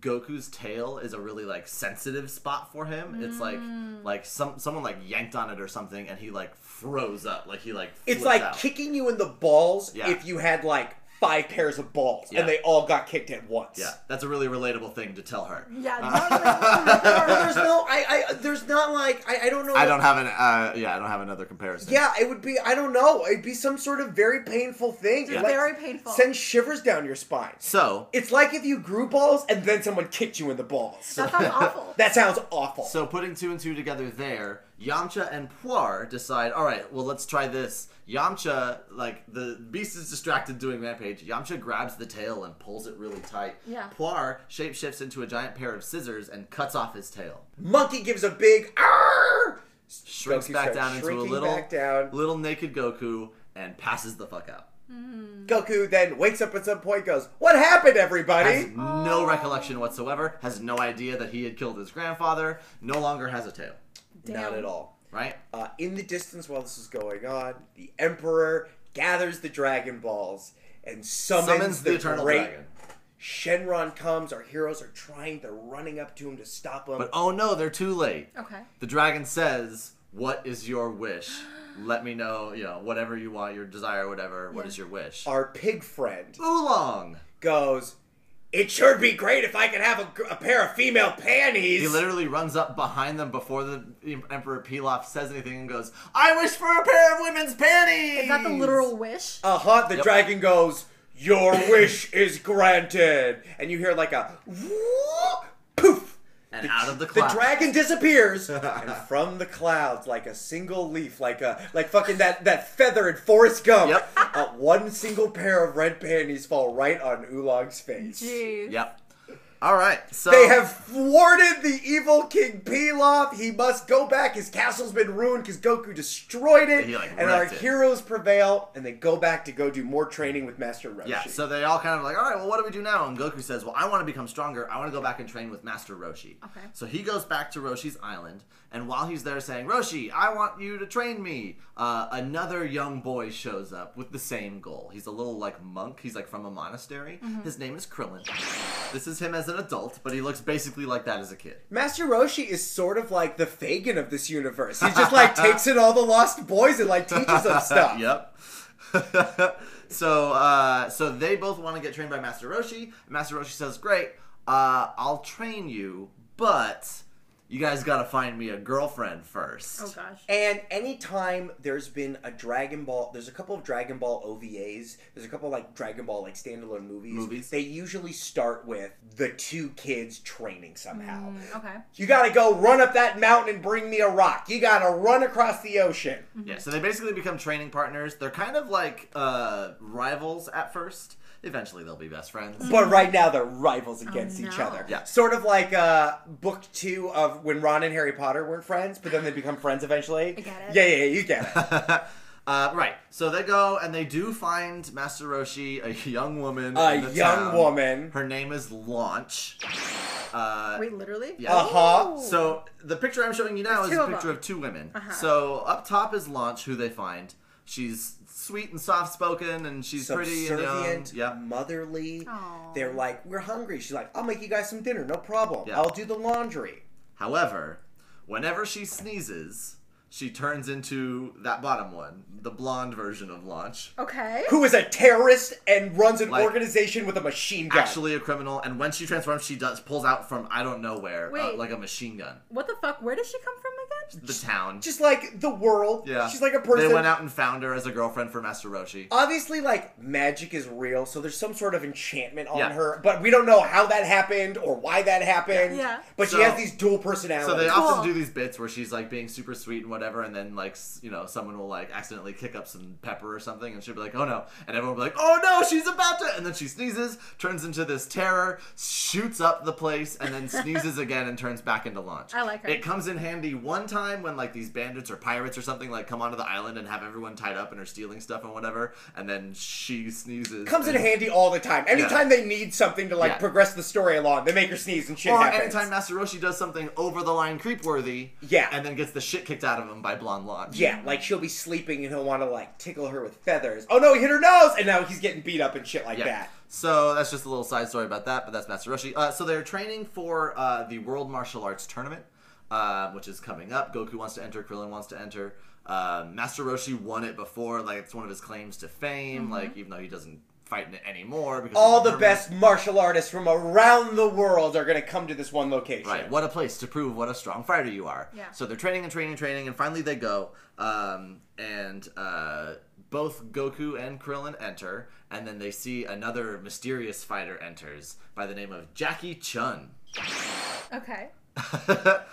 A: Goku's tail is a really like sensitive spot for him. It's like
D: Mm.
A: like some someone like yanked on it or something, and he like froze up. Like he like
C: It's
A: flipped
C: like
A: out.
C: kicking you in the balls
A: Yeah.
C: if you had like five pairs of balls
A: Yeah.
C: and they all got kicked at once.
A: Yeah, that's a really relatable thing to tell her.
D: Yeah. not
C: But
D: really-
C: there's no, I, I, there's not like, I, I don't know.
A: I don't have an uh, yeah, I don't have another comparison.
C: Yeah, it would be. I don't know. It'd be some sort of very painful thing.
D: It's very painful.
C: Send shivers down your spine.
A: So
C: It's like if you grew balls and then someone kicked you in the balls.
D: that sounds awful.
C: that sounds awful.
A: so putting two and two together there, Yamcha and Puar decide, all right, well let's try this. Yamcha, like the beast is distracted doing rampage. Yamcha grabs the tail and pulls it really tight.
D: Yeah.
A: Puar shapeshifts into a giant pair of scissors and cuts off his tail.
C: Monkey gives a big. Arr!
A: Shrinks
C: Goku
A: back
C: starts
A: down into a
C: shrinking
A: little
C: back down.
A: little naked Goku and passes the fuck out.
C: Goku then wakes up at some point, goes, "What happened,
A: Has
C: everybody?"
A: no recollection whatsoever. Has no idea that he had killed his grandfather. No longer has a tail.
C: Not
D: Damn.
C: at all.
A: Right?
C: Uh, in the distance, while this is going on, the Emperor gathers the Dragon Balls and summons,
A: Summons
C: the,
A: the Eternal
C: great
A: Dragon.
C: Shenron comes. Our heroes are trying. They're running up to him to stop him.
A: But oh no, they're too late.
D: Okay.
A: The dragon says, "What is your wish? Let me know, you know, whatever you want, your desire, whatever. What
D: Yeah.
A: is your wish?"
C: Our pig friend
A: Oolong.
C: goes, "It sure be great if I could have a, gr- a pair of female panties."
A: He literally runs up behind them before the Emperor Pilaf says anything and goes, "I wish for a pair of women's panties."
D: Is that the literal wish?
C: uh huh. The dragon goes, "Your wish is granted," and you hear like a whoop, poof.
A: And out of the
C: The
A: cloud.
C: dragon disappears, and from the clouds, like a single leaf, like a like fucking that that feather in Forrest Gump,
A: Yep.
C: uh, one single pair of red panties fall right on Oolong's face.
D: Jeez.
A: Yep. All right. So
C: They have thwarted the evil King Pilaf. He must go back. His castle's been ruined because Goku destroyed it.
A: He, like,
C: and our
A: wrecked it.
C: heroes prevail, and they go back to go do more training with Master Roshi.
A: Yeah, so they all kind of like, all right, well, what do we do now? And Goku says, well, I want to become stronger. I want to go back and train with Master Roshi.
D: Okay.
A: So he goes back to Roshi's island, and while he's there saying, Roshi, I want you to train me, uh, another young boy shows up with the same goal. He's a little like monk. He's like from a monastery. His name is Krillin. This is him as an adult, but he looks basically like that as a kid.
C: Master Roshi is sort of like the Fagin of this universe. He just like takes in all the lost boys and like teaches them stuff.
A: yep. so uh, so they both want to get trained by Master Roshi. Master Roshi says, "Great, uh, I'll train you, but you guys got to find me a girlfriend first.
D: Oh gosh.
C: And anytime there's been a Dragon Ball, there's a couple of Dragon Ball OVAs, there's a couple like Dragon Ball like standalone movies.
A: Movies.
C: They usually start with the two kids training somehow.
D: Okay.
C: You gotta go run up that mountain and bring me a rock. You gotta run across the ocean.
D: Mm-hmm.
A: Yeah. So they basically become training partners. They're kind of like uh, rivals at first. Eventually, they'll be best friends.
C: But right now they're rivals against each
D: Oh, no.
C: other.
A: Yeah.
C: Sort of like uh, book two of when Ron and Harry Potter weren't friends, but then they become friends eventually. I
D: get it.
C: Yeah, yeah, yeah, you get it.
A: Uh, right. So they go and they do find Master Roshi, a young woman.
C: A
A: in the
C: young
A: town.
C: woman.
A: Her name is Launch. Uh,
D: Wait, literally?
A: yeah.
C: Uh huh.
D: Ooh.
A: So the picture I'm showing you now
D: There's
A: is
D: two
A: a
D: of
A: picture
D: them.
A: of two women.
C: Uh-huh.
A: So up top is Launch, who they find. She's sweet and soft spoken, and she's pretty and young.
C: Subservient,
A: Yeah.
C: motherly.
D: Aw.
C: They're like, we're hungry. She's like, I'll make you guys some dinner, no problem.
A: Yeah.
C: I'll do the laundry.
A: However, whenever she sneezes, she turns into that bottom one, the blonde version of Launch.
D: Okay.
C: Who is a terrorist and runs an
A: Like-
C: organization with a machine gun?
A: Actually, a criminal, and when she transforms, she does pulls out from I don't know where, uh,
D: Wait.
A: like a machine gun.
D: What the fuck? Where does she come from again?
A: The town.
C: just like the world.
A: yeah,
C: She's like a person.
A: They went out and found her as a girlfriend for Master Roshi.
C: Obviously, like magic is real, so there's some sort of enchantment on
A: Yeah.
C: her, but we don't know how that happened or why that happened.
D: Yeah.
C: But
A: So-
C: she has these dual personalities.
A: So they
D: Cool.
A: often do these bits where she's like being super sweet and whatever, and then like s- you know someone will like accidentally kick up some pepper or something, and she'll be like, "Oh no!" and everyone will be like, "Oh no, she's about to!" and then she sneezes, turns into this terror, shoots up the place, and then sneezes again and turns back into launch.
D: I like her.
A: It comes in handy one time when like these bandits or pirates or something like come onto the island and have everyone tied up and are stealing stuff and whatever, and then she sneezes.
C: comes in
A: and-
C: handy all the time. Anytime they need something to like
A: Yeah.
C: progress the story along, they make her sneeze and shit
A: Or
C: happens.
A: anytime Master Roshi does something over the line creep worthy,
C: Yeah.
A: and then gets the shit kicked out of him by Blonde Launch.
C: yeah, like she'll be sleeping and he'll want to like tickle her with feathers. Oh no, he hit her nose, and now he's getting beat up and shit like
A: Yeah.
C: that.
A: So that's just a little side story about that, but that's Master Roshi. Uh, so they're training for uh, the World Martial Arts Tournament, uh, which is coming up. Goku wants to enter, Krillin wants to enter. Uh, Master Roshi won it before, like it's one of his claims to fame. Like even though he doesn't fight in it anymore, because
C: Mm-hmm. All
A: he's a
C: the
A: hermit.
C: best martial artists from around the world are going to come to this one location.
A: Right. What a place to prove what a strong fighter you are.
D: Yeah.
A: So they're training and training and training, and finally they go. Um, and uh, both Goku and Krillin enter, and then they see another mysterious fighter enters by the name of Jackie Chun.
D: Okay.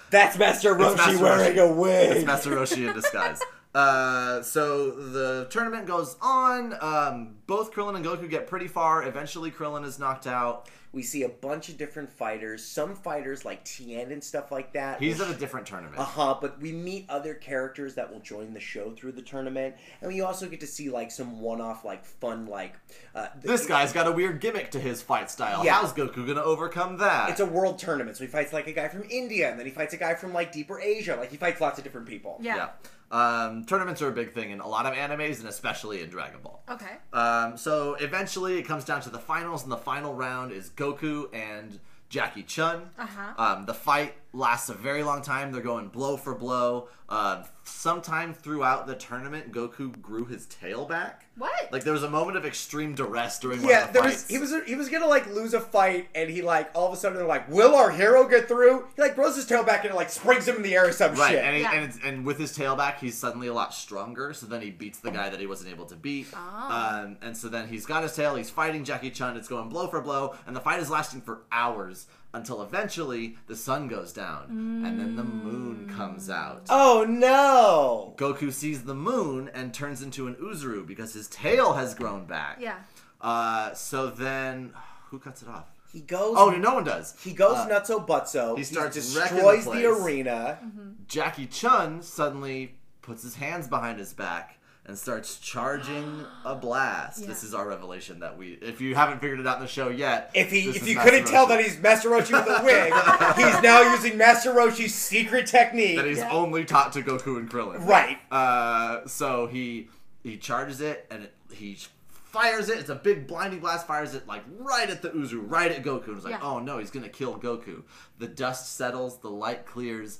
C: That's Master Roshi
A: Master
C: wearing
A: Roshi.
C: a wig.
A: It's Master Roshi in disguise. Uh, so the tournament goes on. Um, both Krillin and Goku get pretty far. Eventually, Krillin is knocked out.
C: we see a bunch of different fighters. Some fighters like Tien and stuff like that.
A: He's at a different tournament.
C: uh huh. But we meet other characters that will join the show through the tournament, and we also get to see like some one-off like fun like uh, th-
A: This guy's got a weird gimmick to his fight style.
C: Yeah.
A: How's Goku gonna overcome that?
C: It's a world tournament, so he fights like a guy from India, and then he fights a guy from like deeper Asia. Like he fights lots of different people.
D: Yeah.
A: yeah. Um, tournaments are a big thing in a lot of animes, and especially in Dragon Ball.
D: Okay.
A: Um, so eventually, it comes down to the finals, and the final round is Goku and Jackie Chun.
D: Uh-huh.
A: Um, the fight lasts a very long time. They're going blow for blow. Um, sometime throughout the tournament, Goku grew his tail back.
D: What?
A: Like there was a moment of extreme duress during one
C: Yeah,
A: of the
C: there
A: fights.
C: was he was he was gonna like lose a fight, and he like all of a sudden they're like, "Will our hero get through?" He like throws his tail back and it like springs him in the air or some
A: Right,
C: shit.
A: and, he,
D: Yeah.
A: and, it's, and with his tail back, he's suddenly a lot stronger. So then he beats the guy that he wasn't able to beat.
D: Oh.
A: Um, and so then he's got his tail. He's fighting Jackie Chun. It's going blow for blow, and the fight is lasting for hours until eventually the sun goes down, and then the moon comes out.
C: oh no!
A: Goku sees the moon and turns into an Uzuru because his tail has grown back.
D: Yeah.
A: Uh, so then, who cuts it off?
C: He goes.
A: Oh, no one does.
C: He goes nutso butso.
A: Uh, he starts wrecking the
C: destroys the,
A: place.
C: arena.
A: Jackie Chun suddenly puts his hands behind his back and starts charging a blast. This
D: Yeah.
A: is our revelation that we, if you haven't figured it out in the show yet,
C: If he,
A: this
C: if
A: is
C: you
A: Master
C: couldn't tell
A: Roshi.
C: that he's Master Roshi with a wig, he's now using Master Roshi's secret technique.
A: that he's
D: Yeah.
A: only taught to Goku and Krillin,
C: right.
A: Uh, so he he charges it and it, he fires it. It's a big blinding blast. Fires it like right at the Uzu, right at Goku. And it's like,
D: Yeah.
A: oh no, he's gonna kill Goku. The dust settles. The light clears.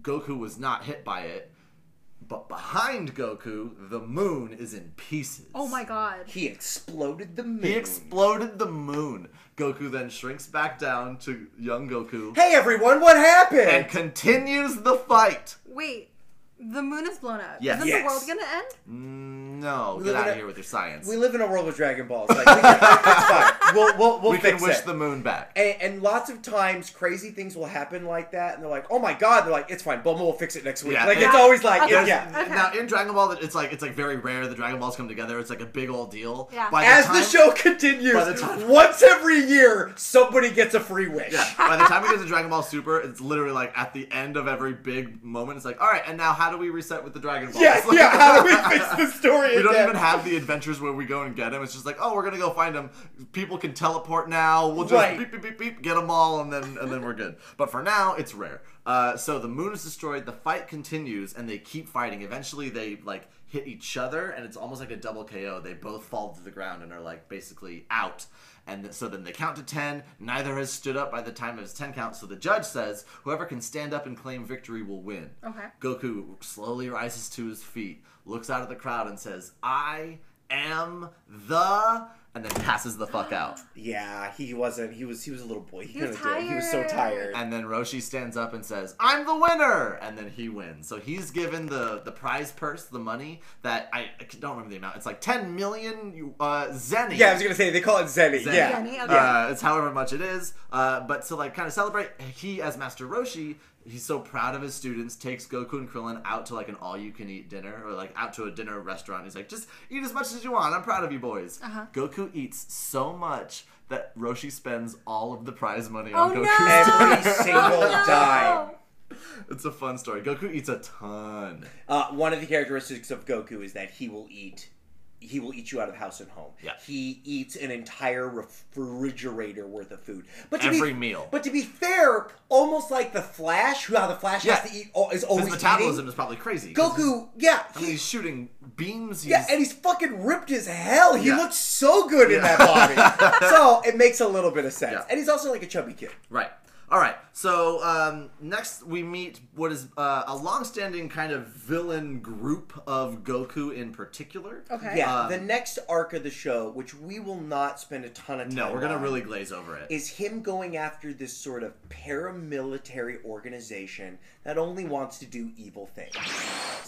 A: Goku was not hit by it, but behind Goku, the moon is in pieces.
D: Oh my god.
C: He exploded the moon.
A: He exploded the moon. Goku then shrinks back down to young Goku
C: hey everyone, what happened?
A: and continues the fight.
D: Wait. The moon is blown up.
A: Yes.
D: Isn't
C: Yes.
D: the world gonna end?
A: No,
C: live
A: get out
C: in
A: of
C: a-
A: here with your science.
C: We live in a world with Dragon Balls. Like, we can, it's fine. We'll, we'll, we'll
A: We
C: fix
A: can wish
C: it.
A: the moon back.
C: And, and lots of times, crazy things will happen like that, and they're like, "Oh my god!" They're like, "It's fine, Bulma will fix it next week."
A: Yeah.
C: Like
A: Yeah.
C: it's always like,
D: Okay.
C: yeah.
D: Okay.
A: Now in Dragon Ball, it's like it's like very rare the Dragon Balls come together. It's like a big old deal.
D: Yeah.
A: By
C: As the
A: time-
C: show continues,
A: By the time-
C: once every year, somebody gets a free wish.
A: Yeah. By the time it gets to Dragon Ball Super, it's literally like at the end of every big moment. It's like, all right, and now how do we reset with the Dragon Balls?
C: Yeah,
A: Like,
C: yeah, How do we fix the story?
A: We don't
C: again?
A: even have the adventures where we go and get them. It's just like, oh, we're gonna go find them. People can teleport now. We'll just
C: Right.
A: beep beep beep beep get them all, and then and then we're good. But for now, it's rare. Uh, so the moon is destroyed. The fight continues, and they keep fighting. Eventually, they like hit each other, and it's almost like a double KO. They both fall to the ground and are like basically out. And th- so then they count to 10. Neither has stood up by the time of his 10 count. So the judge says whoever can stand up and claim victory will win.
D: Okay.
A: Goku slowly rises to his feet, looks out at the crowd, and says, I am the. And then passes the fuck out.
C: Yeah, he wasn't. He was. He was a little boy. He,
D: was
C: couldn't do it. He was so
D: tired.
C: tired.
A: And then Roshi stands up and says, I'm the winner! And then he wins. So he's given the, the prize purse, the money, that I, I don't remember the amount. It's like 10 million uh, zenny.
C: yeah, I was gonna say they call it Zenny.
A: Zenny.
C: Yeah,
D: Zenny, okay.
A: Uh, it's however much it is. Uh, but to like kind of celebrate, he as Master Roshi, he's so proud of his students. Takes Goku and Krillin out to like an all-you-can-eat dinner or like out to a dinner restaurant. He's like, just eat as much as you want. I'm proud of you boys.
D: Uh-huh.
A: Goku eats so much that Roshi spends all of the prize money
D: Oh
A: on
D: no!
A: Goku's
C: Every single
D: Oh, no!
C: dime.
A: It's a fun story. Goku eats a ton.
C: Uh, one of the characteristics of Goku is that he will eat. He will eat you out of house and home.
A: Yeah.
C: He eats an entire refrigerator worth of food. But
A: Every
C: be,
A: meal.
C: But to be fair, almost like the Flash, who how the Flash
A: Yeah.
C: has to eat al- is always
A: His metabolism
C: eating.
A: is probably crazy. 'cause
C: Goku, yeah,
A: he's- I mean,
C: he,
A: he's shooting beams. He's,
C: yeah, and he's fucking ripped as hell. He
A: Yeah.
C: looks so good in that body. so it makes a little bit of sense.
A: Yeah.
C: And he's also like a chubby kid.
A: Right. All right. So um, next we meet what is uh, a long-standing kind of villain group of Goku in particular.
D: Okay.
C: Yeah,
A: Um,
C: the next arc of the show, which we will not spend a ton of time.
A: No, we're gonna
C: on,
A: really glaze over it.
C: is him going after this sort of paramilitary organization that only wants to do evil things.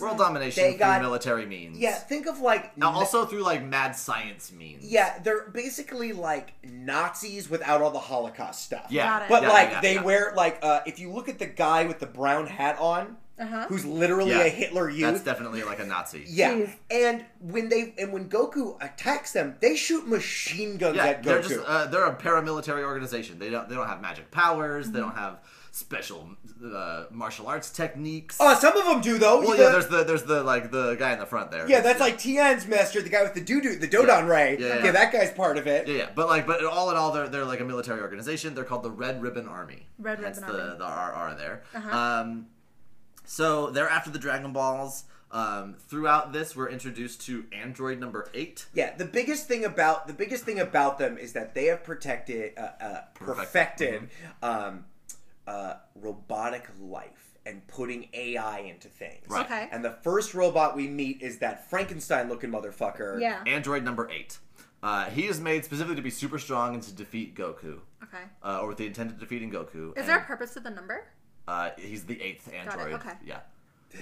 A: World domination
C: They
A: through
C: got-
A: military means.
C: Yeah, think of like
A: Now, also through like mad science means.
C: yeah, they're basically like Nazis without all the Holocaust stuff.
A: Yeah.
D: Got it.
C: But
A: Yeah,
C: like
A: yeah,
C: they
A: yeah.
C: wear like uh, if you look at the guy with the brown hat on,
D: Uh-huh.
C: who's literally
A: Yeah.
C: a Hitler youth.
A: That's definitely like a Nazi.
C: yeah,
D: Jeez.
C: and when they and when Goku attacks them, they shoot machine guns
A: Yeah,
C: at Goku.
A: they're just uh, they're a paramilitary organization. They don't they don't have magic powers. They
D: Mm-hmm.
A: don't have special uh, martial arts techniques.
D: Oh,
C: uh, some of them do though.
A: well,
C: The-
A: yeah, there's the there's the like the guy in the front there.
C: Yeah, that's like Tien's master, the guy with the doo doo, the Dodon Ray.
A: Yeah,
C: Yeah,
A: yeah.
C: that guy's part of it.
A: Yeah, yeah, but like, but all in all, they're they're like a military organization. They're called the Red Ribbon Army.
D: Red
A: Hence
D: Ribbon
A: the,
D: Army. Uh-huh.
A: The RR there. Um, so they're after the Dragon Balls. Um, throughout this, we're introduced to Android number eight.
C: Yeah, the biggest thing about the biggest thing about them is that they have protected, uh, uh, perfected,
A: Mm-hmm.
C: um, uh, robotic life and putting AI into things.
A: Right.
D: Okay.
C: And the first robot we meet is that Frankenstein looking motherfucker.
D: Yeah.
A: Android number eight. Uh, he is made specifically to be super strong and to defeat Goku,
D: Okay.
A: uh, or with the intent of defeating Goku.
D: Is
A: and,
D: there a purpose to the number?
A: Uh, he's the eighth android.
D: okay.
A: Yeah.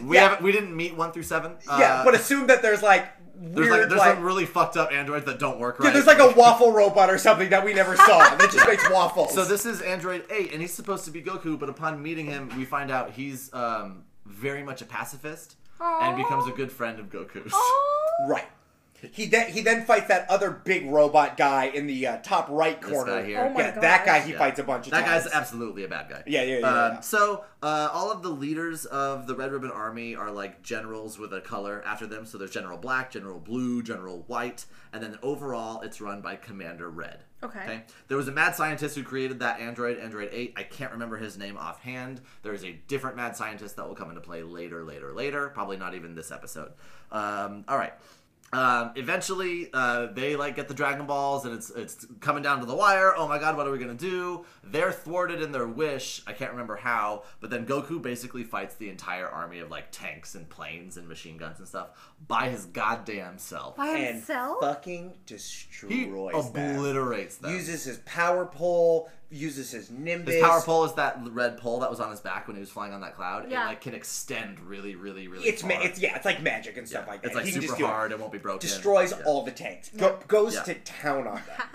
A: We
C: Yeah.
A: haven't. We didn't meet one through seven.
C: Yeah,
A: Uh,
C: but assume that there's like
A: there's
C: weird
A: like
C: like,
A: there's some really fucked up androids that don't work right.
C: yeah, there's like a waffle robot or something that we never saw that just makes waffles.
A: So this is Android 8, and he's supposed to be Goku, but upon meeting him, we find out he's um, very much a pacifist and
D: Aw.
A: becomes a good friend of Goku's.
D: Oh.
C: Right. He then he then fights that other big robot guy in the uh, top right corner.
A: guy here. Oh
D: my
C: yeah, that guy
D: gosh.
C: he
A: Yeah.
C: fights a bunch of
A: That
C: times.
A: guy's absolutely a bad guy.
C: Yeah, yeah, yeah,
A: Um,
C: yeah.
A: So uh, all of the leaders of the Red Ribbon Army are like generals with a color after them. So there's General Black, General Blue, General White, and then overall it's run by Commander Red.
D: Okay.
A: There was a mad scientist who created that android, Android 8. I can't remember his name offhand. There is a different mad scientist that will come into play later, later, later. Probably not even this episode. Um, all right. Um, eventually, uh, they like get the Dragon Balls, and it's it's coming down to the wire. Oh my God, what are we gonna do? They're thwarted in their wish. I can't remember how, but then Goku basically fights the entire army of like tanks and planes and machine guns and stuff by his goddamn self.
D: By
C: and
D: himself?
C: fucking
A: He
C: destroys them.
A: obliterates them.
C: Uses his power pole, uses his Nimbus.
A: His power pole is that l- red pole that was on his back when he was flying on that cloud.
D: Yeah.
A: It like can extend really, really, really.
C: It's,
A: far.
C: ma- it's yeah, it's like magic and stuff like that.
A: It's like
C: He can
A: super
C: just do it.
A: hard. It won't be broken.
C: Destroys
A: Yeah.
C: all the tanks. Go- goes
A: Yeah.
C: to town on them.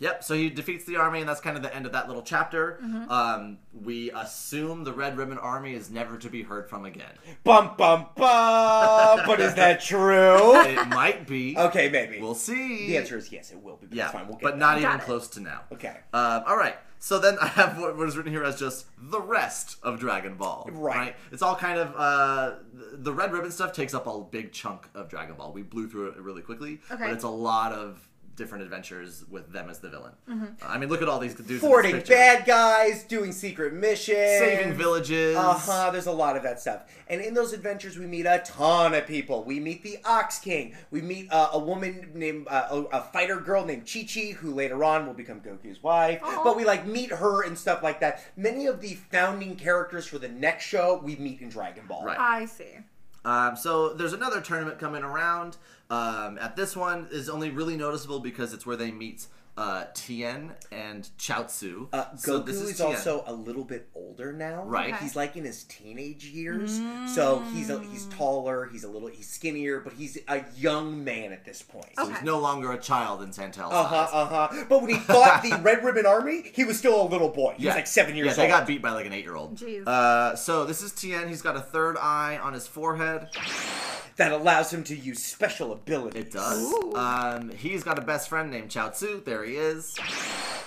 A: Yep. So he defeats the army, and that's kind of the end of that little chapter.
C: Mm-hmm.
A: Um, we assume the Red Ribbon Army is never to be heard from again.
C: bum bum bum. but is that true?
A: It might be.
C: Okay, maybe.
A: We'll see.
C: the answer is yes. It will be. But
A: Yeah,
C: it's fine. We'll get
A: but
C: there.
A: not even
D: Got it.
A: close to now.
C: Okay.
A: Um, all right. So then I have what, what is written here as just the rest of Dragon Ball.
C: Right.
A: It's all kind of uh, th- the red ribbon stuff takes up a big chunk of Dragon Ball. We blew through it really quickly,
D: Okay.
A: but it's a lot of different adventures with them as the villain.
D: Mm-hmm.
A: Uh, I mean, look at all these dudes. in
C: Thwarting
A: this picture.
C: bad guys, doing secret missions,
A: saving villages.
C: Uh huh. There's a lot of that stuff, and in those adventures, we meet a ton of people. We meet the Ox King. We meet uh, a woman named uh, a, a fighter girl named Chi Chi, who later on will become Goku's wife.
D: Aw.
C: But we like meet her and stuff like that. Many of the founding characters for the next show we meet in Dragon Ball.
A: Right.
D: I see.
A: Um, so there's another tournament coming around. Um, at this one is only really noticeable because it's where they meet uh, Tien and Chaozu.
C: Uh, Goku
A: so this
C: is,
A: is Tien.
C: also a little bit older now.
A: Right.
D: Okay.
C: He's like in his teenage years, so he's a, he's
D: Mm.
C: taller. He's a little he's skinnier, but he's a young man at this point.
A: So he's no longer a child in Santel's
C: Uh huh.
A: eyes.
C: Uh huh. But when he fought the Red Ribbon Army, he was still a little boy. He was like seven years
A: yeah,
C: old.
A: they got beat by like an eight-year-old.
D: Jeez.
A: Uh, so this is Tien. He's got a third eye on his forehead.
C: That allows him to use special abilities.
A: It does.
D: Ooh.
A: Um, he's got a best friend named Chaozu. There he is.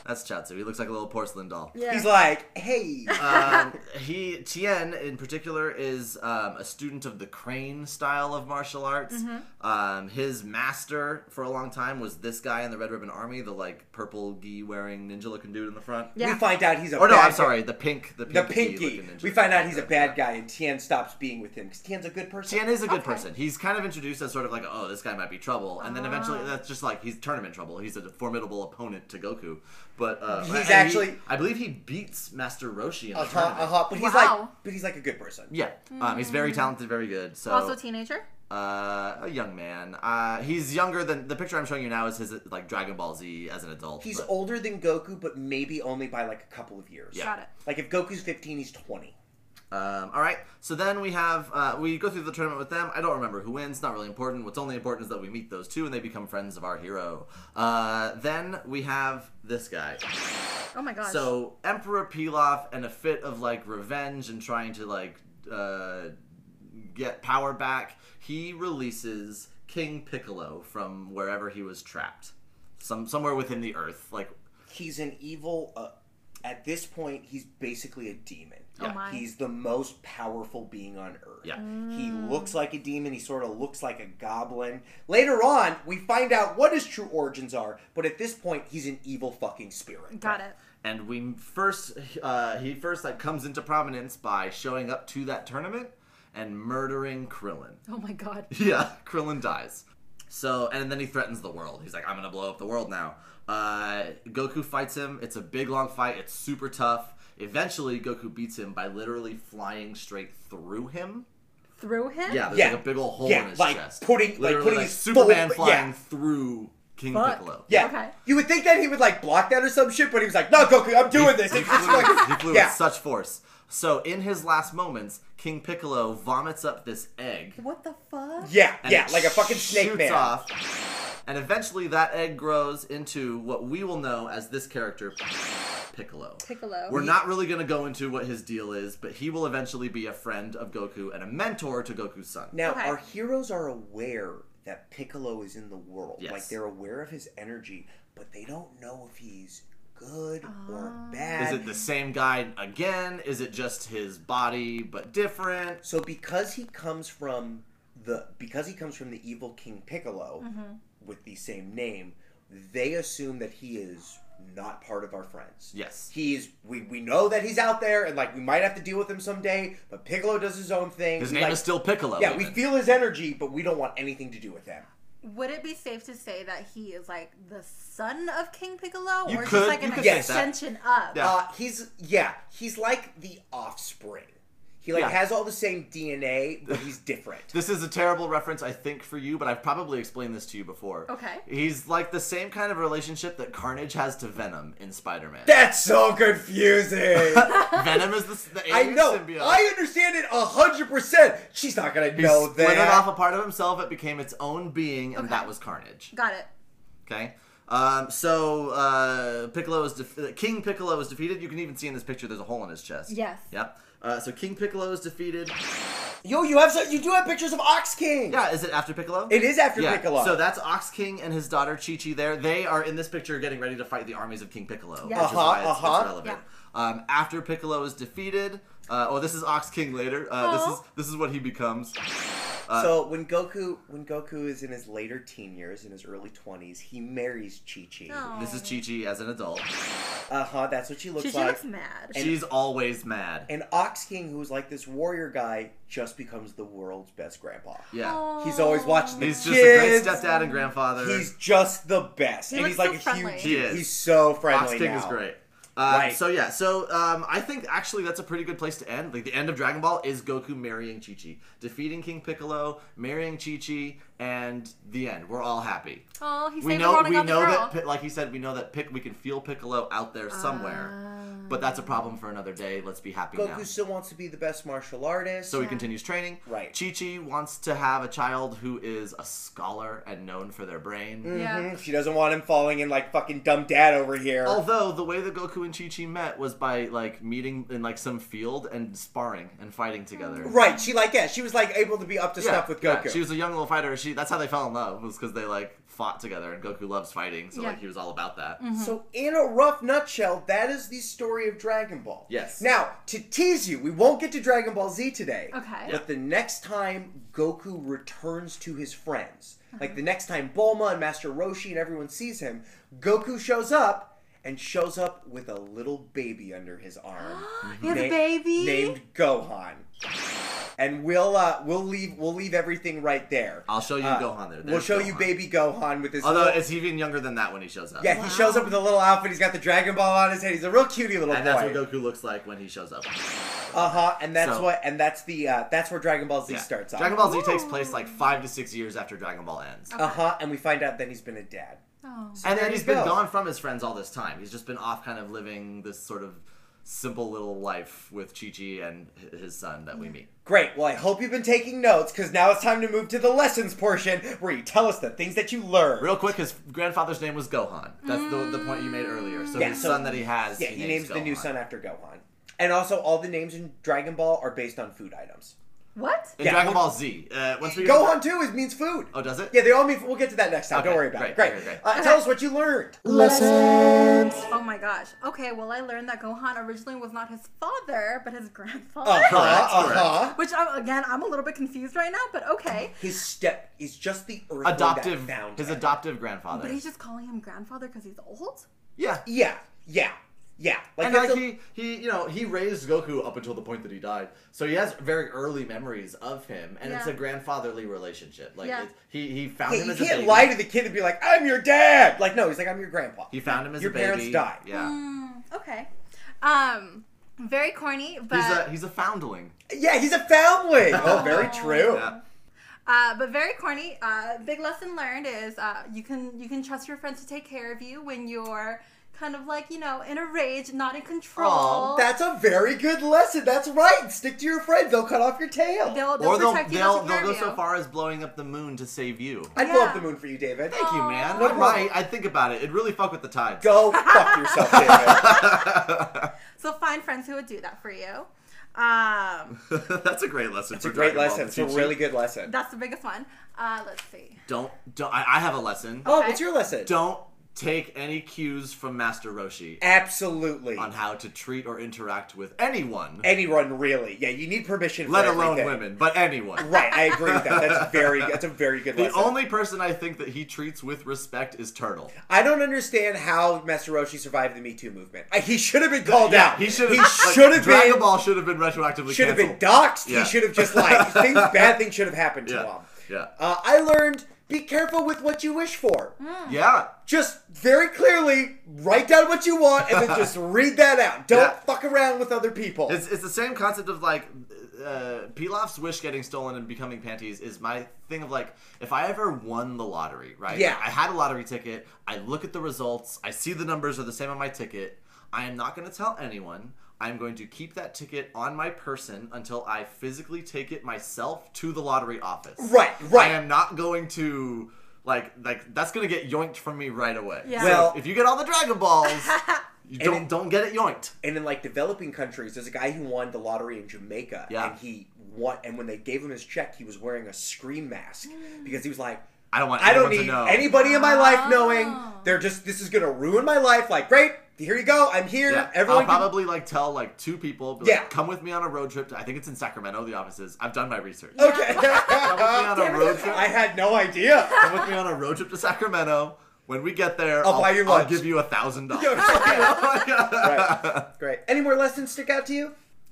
A: That's Chaozu. He looks like a little porcelain doll.
D: Yeah. Uh-huh.
C: He's like, hey,
A: um, he Tien in particular is um, a student of the crane style of martial arts.
D: Mm-hmm.
A: Um, his master for a long time was this guy in the Red Ribbon Army, the like purple gi wearing ninja looking dude in the front.
D: Yeah.
C: we find out he's a
A: Or Oh, no,
C: bad
A: I'm
C: guy-
A: sorry, the pink, the pink
C: The pinky.
A: gi-looking ninja.
C: We find out he's a bad guy, and Tien stops being with him because Tien's a good person.
A: Tien is a good
D: Okay.
A: person. He's kind of introduced as sort of like, oh, this guy might be trouble, and then eventually
D: Ah.
A: that's just like he's tournament trouble. He's a formidable opponent to Goku, but uh,
C: He's
A: and he-
C: actually-
A: I believe he beats Master Roshi in the
C: Uh huh.
A: tournament.
C: Uh huh. But he's
D: Wow.
C: like, but he's like a good person.
A: Yeah, um, he's very talented, very good. So
D: also teenager.
A: uh, a young man. Uh, he's younger than the picture I'm showing you now is his like Dragon Ball Z as an adult.
C: He's
A: but-
C: older than Goku, but maybe only by like a couple of years.
A: Yeah.
D: Got it.
C: Like if Goku's 15, he's 20.
A: um, all right. So then we have uh, we go through the tournament with them. I don't remember who wins. Not really important. What's only important is that we meet those two and they become friends of our hero. Uh, then we have this guy.
D: Oh my gosh.
A: So Emperor Pilaf and a fit of like revenge and trying to like uh, get power back. He releases King Piccolo from wherever he was trapped, some somewhere within the earth, like
C: He's an evil. Uh, at this point, he's basically a demon.
A: Oh Yeah.
D: my.
C: He's the most powerful being on Earth.
A: Yeah.
C: He
D: Mm.
C: looks like a demon. He sort of looks like a goblin. Later on, we find out what his true origins are, but at this point, he's an evil fucking spirit.
D: Got it.
A: and we first uh, he first like comes into prominence by showing up to that tournament and murdering Krillin.
D: Oh my god.
A: Yeah, Krillin dies. So, and then he threatens the world. He's like, I'm gonna blow up the world now. Uh, Goku fights him. It's a big, long fight. It's super tough. Eventually, Goku beats him by literally flying straight through him.
D: Through him.
A: Yeah, there's
C: Yeah.
A: like a big old hole
C: Yeah,
A: in his
C: like
A: chest.
C: putting- like
A: literally,
C: putting
A: like
C: his
A: Superman
C: full-
A: flying
C: yeah.
A: through King
D: Fuck.
A: Piccolo.
C: Yeah.
D: Okay.
C: You would think that he would like block that or some shit, but he was like, "No, Goku, I'm doing this."
A: He
C: It's just
A: flew,
C: like-
A: he flew
C: yeah.
A: with such force. So, in his last moments, King Piccolo vomits up this egg.
D: What the fuck?
C: Yeah,
A: and
C: yeah,
A: it
C: like a fucking snake
A: shoots
C: man.
A: off, and eventually that egg grows into what we will know as this character, Piccolo.
D: Piccolo.
A: We're not really going to go into what his deal is, but he will eventually be a friend of Goku and a mentor to Goku's son.
C: Now,
D: Okay.
C: our heroes are aware that Piccolo is in the world.
A: Yes.
C: Like they're aware of his energy, but they don't know if he's good or bad.
A: Is it the same guy again? Is it just his body but different?
C: So because he comes from the because he comes from the evil King Piccolo with the same name, they assume that he is not part of our friends.
A: Yes.
C: He's we, we know that he's out there and like we might have to deal with him someday, but Piccolo does his own thing.
A: His
C: We,
A: name
C: like-
A: is still Piccolo.
C: Yeah, we
A: even.
C: feel his energy, but we don't want anything to do with him.
D: Would it be safe to say that he is like the son of King Piccolo,
A: You
D: or
A: could-
D: just like
A: you
D: an
A: could
C: say that.
D: extension of?
A: Yeah.
C: Uh, he's yeah, he's like the offspring. He like
A: Yeah.
C: has all the same DNA, but he's different.
A: This is a terrible reference, I think, for you, but I've probably explained this to you before.
D: Okay.
A: He's like the same kind of relationship that Carnage has to Venom in Spider Man.
C: That's so confusing.
A: Venom is the, the
C: I
A: alien
C: know.
A: symbiote.
C: I understand it hundred percent. She's not gonna
A: He
C: know
A: splintered off
C: that.
A: a part of himself, it became its own being, and
D: Okay.
A: that was Carnage.
D: Got it.
A: Okay? Um, so uh, Piccolo is def- King Piccolo is defeated. You can even see in this picture there's a hole in his chest.
D: Yes.
A: Yep. Uh, so King Piccolo is defeated.
C: Yo, you have so, you do have pictures of Ox King.
A: Yeah, is it after Piccolo?
C: It is after
A: yeah.
C: Piccolo.
A: So that's Ox King and his daughter Chi Chi there. They are in this picture getting ready to fight the armies of King Piccolo.
D: Yeah.
A: Which is
C: Uh-huh,
A: why it's, it's
C: uh-huh.
A: relevant. Um, after Piccolo is defeated, uh, oh, this is Ox King later. Uh, this is
D: Aw.
A: this is what he becomes.
C: so when Goku when Goku is in his later teen years, in his early twenties, he marries Chi Chi.
D: Aw.
A: This is Chi Chi as an adult.
C: Uh huh. That's what she looks
D: She, she
C: like.
D: looks mad.
A: She's always mad.
C: and Ox King, who's like this warrior guy, just becomes the world's best grandpa.
A: yeah.
C: He's always watching the
A: He's just
C: Oh. kids.
A: a great stepdad and grandfather.
C: He's just the best,
D: He
C: and
D: looks
C: he's like
D: so
C: a
D: friendly.
C: huge.
A: He is.
C: He's so friendly.
A: Ox King is
C: now.
A: great. Um,
C: Right.
A: So yeah, so um, I think actually that's a pretty good place to end. Like the end of Dragon Ball is Goku marrying Chi Chi, defeating King Piccolo, marrying Chi Chi, and the end. We're all happy.
D: Oh, he
A: we
D: saved the
A: know
D: world
A: we
D: and got
A: know
D: the girl.
A: that Pi- like he said we know that Pic- we can feel Piccolo out there somewhere, but that's a problem for another day. Let's be happy
C: Ah. Goku
A: now.
C: still wants to be the best martial artist.
A: So he continues training.
C: Right.
A: Chi Chi wants to have a child who is a scholar and known for their brain.
D: yeah.
C: Mhm,
A: Mm-hmm.
C: She doesn't want him falling in like fucking dumb dad over here.
A: Although the way that Goku and Chi Chi met was by like meeting in like some field and sparring and fighting together.
D: Mm.
C: Right, she like yeah, she was like able to be up to stuff with Goku.
A: yeah. She was a young little fighter. She that's how they fell in love was because they like fought together, and Goku loves fighting, so
D: Yeah. Mm-hmm.
A: like he was all about that.
C: So in a rough nutshell, that is the story of Dragon Ball.
A: Yes.
C: Now, to tease you, we won't get to Dragon Ball Z today.
D: Okay.
C: But the next time Goku returns to his friends,
D: Mm-hmm.
C: like the next time Bulma and Master Roshi and everyone sees him, Goku shows up and shows up with a little baby under his arm.
D: He has a
C: na-
D: baby.
C: named Gohan. And we'll uh, we'll leave we'll leave everything right there.
A: I'll show you
C: Uh,
A: Gohan there.
C: we'll
A: There's
C: show you
A: Gohan.
C: baby Gohan with his.
A: Although
C: little-
A: it's even younger than that when he shows up.
C: yeah, he shows up with a little outfit. He's got the Dragon Ball on his head. He's a real cutie little
A: And
C: boy.
A: that's what Goku looks like when he shows up.
C: Uh huh. And that's
A: So-
C: what and that's the uh, that's where Dragon Ball Z
A: Yeah.
C: starts off.
A: Dragon Ball Z takes
D: Ooh.
A: place like five to six years after Dragon Ball ends.
C: Uh huh. And we find out then he's been a dad.
D: Oh.
A: and
C: there
A: then
C: you
A: he's been
C: go.
A: gone from his friends all this time. He's just been off, kind of living this sort of simple little life with Chi Chi and h- his son that we meet.
C: Great. Well, I hope you've been taking notes because now it's time to move to the lessons portion where you tell us the things that you learned.
A: Real quick, his grandfather's name was Gohan. That's the, the point you made earlier. So
C: Yeah,
A: his
C: so-
A: son that he has,
C: yeah, he names the new
A: Gohan.
C: son after Gohan. And also, all the names in Dragon Ball are based on food items.
D: What?
A: in
C: yeah,
A: Dragon
C: we-
A: Ball Z. Uh, once we
C: Gohan too is means food.
A: Oh, does it?
C: Yeah, they all mean. We'll get to that next time. Don't
A: Okay,
C: worry about it.
A: great,
C: Great.
A: great, great.
C: Uh, Tell us what you learned.
B: Lessons.
D: Oh my gosh. Okay, well, I learned that Gohan originally was not his father, but his grandfather.
C: Uh
A: Oh,
C: huh.
A: correct.
C: Uh huh.
D: Which, I'm, again, I'm a little bit confused right now, but okay.
C: His step is just the earth
A: adoptive,
C: That found
A: his
C: him.
A: adoptive grandfather.
D: But he's just calling him grandfather because he's old?
A: yeah.
C: Yeah. Yeah. Yeah. Like,
A: And
C: that's
A: like
C: a-
A: he, he, you know, he raised Goku up until the point that he died, so he has very early memories of him, and it's
D: Yeah.
A: a grandfatherly relationship. Like
D: Yeah.
A: it's, he, he found
C: Yeah,
A: him
C: you
A: as a
C: can't
A: baby.
C: lie to the kid and be like, "I'm your dad." Like, no, he's like, "I'm your grandpa."
A: He found him as
C: Your
A: a baby.
C: parents died.
A: Yeah.
D: Mm, Okay. Um, very corny, but
A: He's a he's a foundling.
C: Yeah, he's a foundling. Oh, very true.
A: Yeah.
D: uh, but very corny. Uh, big lesson learned is uh, you can you can trust your friends to take care of you when you're kind of like you know in a rage, not in control.
A: Aw,
C: That's a very good lesson. That's right. Stick to your friends. They'll cut off your tail.
D: they'll, they'll
A: Or they'll
D: protect you,
A: they'll,
D: take
A: they'll
D: care
A: go
D: of you.
A: so far as blowing up the moon to save you.
C: I'd blow up
D: Yeah.
C: the moon for you, David.
A: Thank you, man.
D: No
A: I
C: problem.
A: might. I think about it. It really fuck with the tide.
C: Go fuck yourself, David.
D: So find friends who would do that for you. Um,
A: That's a great lesson.
C: It's a great lesson. It's a really good lesson.
D: that's the biggest one. Uh, let's see.
A: Don't don't. I, I have a lesson.
C: Oh, what's your lesson?
A: Don't take any cues from Master Roshi
C: Absolutely.
A: on how to treat or interact with anyone,
C: Anyone really? Yeah, you need permission.
A: let
C: for
A: alone
C: everything.
A: women, but anyone.
C: Right, I agree with that. That's very. That's a very good
A: The
C: lesson.
A: only person I think that he treats with respect is Turtle.
C: I don't understand how Master Roshi survived the Me Too movement. I- He should have been called out.
A: He should have.
C: He
A: like,
C: should have
A: Dragon
C: been.
A: Ball should have been retroactively.
C: should have been
A: canceled.
C: doxxed.
A: Yeah.
C: He should have just like things. Bad things should have happened to
A: Yeah.
C: him.
A: Yeah.
C: Uh, I learned be careful with what you wish for.
A: yeah.
C: Just very clearly write down what you want and then just read that out. Don't
A: Yeah.
C: fuck around with other people.
A: It's, it's the same concept of like uh, Pilaf's wish getting stolen and becoming panties is my thing of like, if I ever won the lottery, right?
C: Yeah.
A: I had a lottery ticket. I look at the results. I see the numbers are the same on my ticket. I am not going to tell anyone. I'm going to keep that ticket on my person until I physically take it myself to the lottery office.
C: Right, right.
A: I am not going to like like that's going to get yoinked from me right away.
D: Yeah.
A: So
C: Well-
A: if you get all the Dragon Balls, you don't
C: it-
A: don't get it yoinked.
C: And in like developing countries, there's a guy who won the lottery in Jamaica,
A: Yeah.
C: and he won. And when they gave him his check, he was wearing a scream mask because he was like,
A: I don't want
C: I don't
A: anyone to
C: need
A: know.
C: anybody in my life knowing
D: Oh.
C: they're just this is gonna ruin my life. Like, great, here you go, I'm here.
A: Yeah,
C: Everyone,
A: I'll
C: can-
A: probably like tell like two people. be
C: Yeah.
A: like, come with me on a road trip. To, I think it's in Sacramento. The office is. I've done my research.
C: okay.
A: Come with me on a road trip.
C: I had no idea.
A: Come with me on a road trip to Sacramento. When we get there,
C: I'll buy you lunch.
A: I'll give you a thousand dollars.
C: right. Great. Any more lessons stick out to you?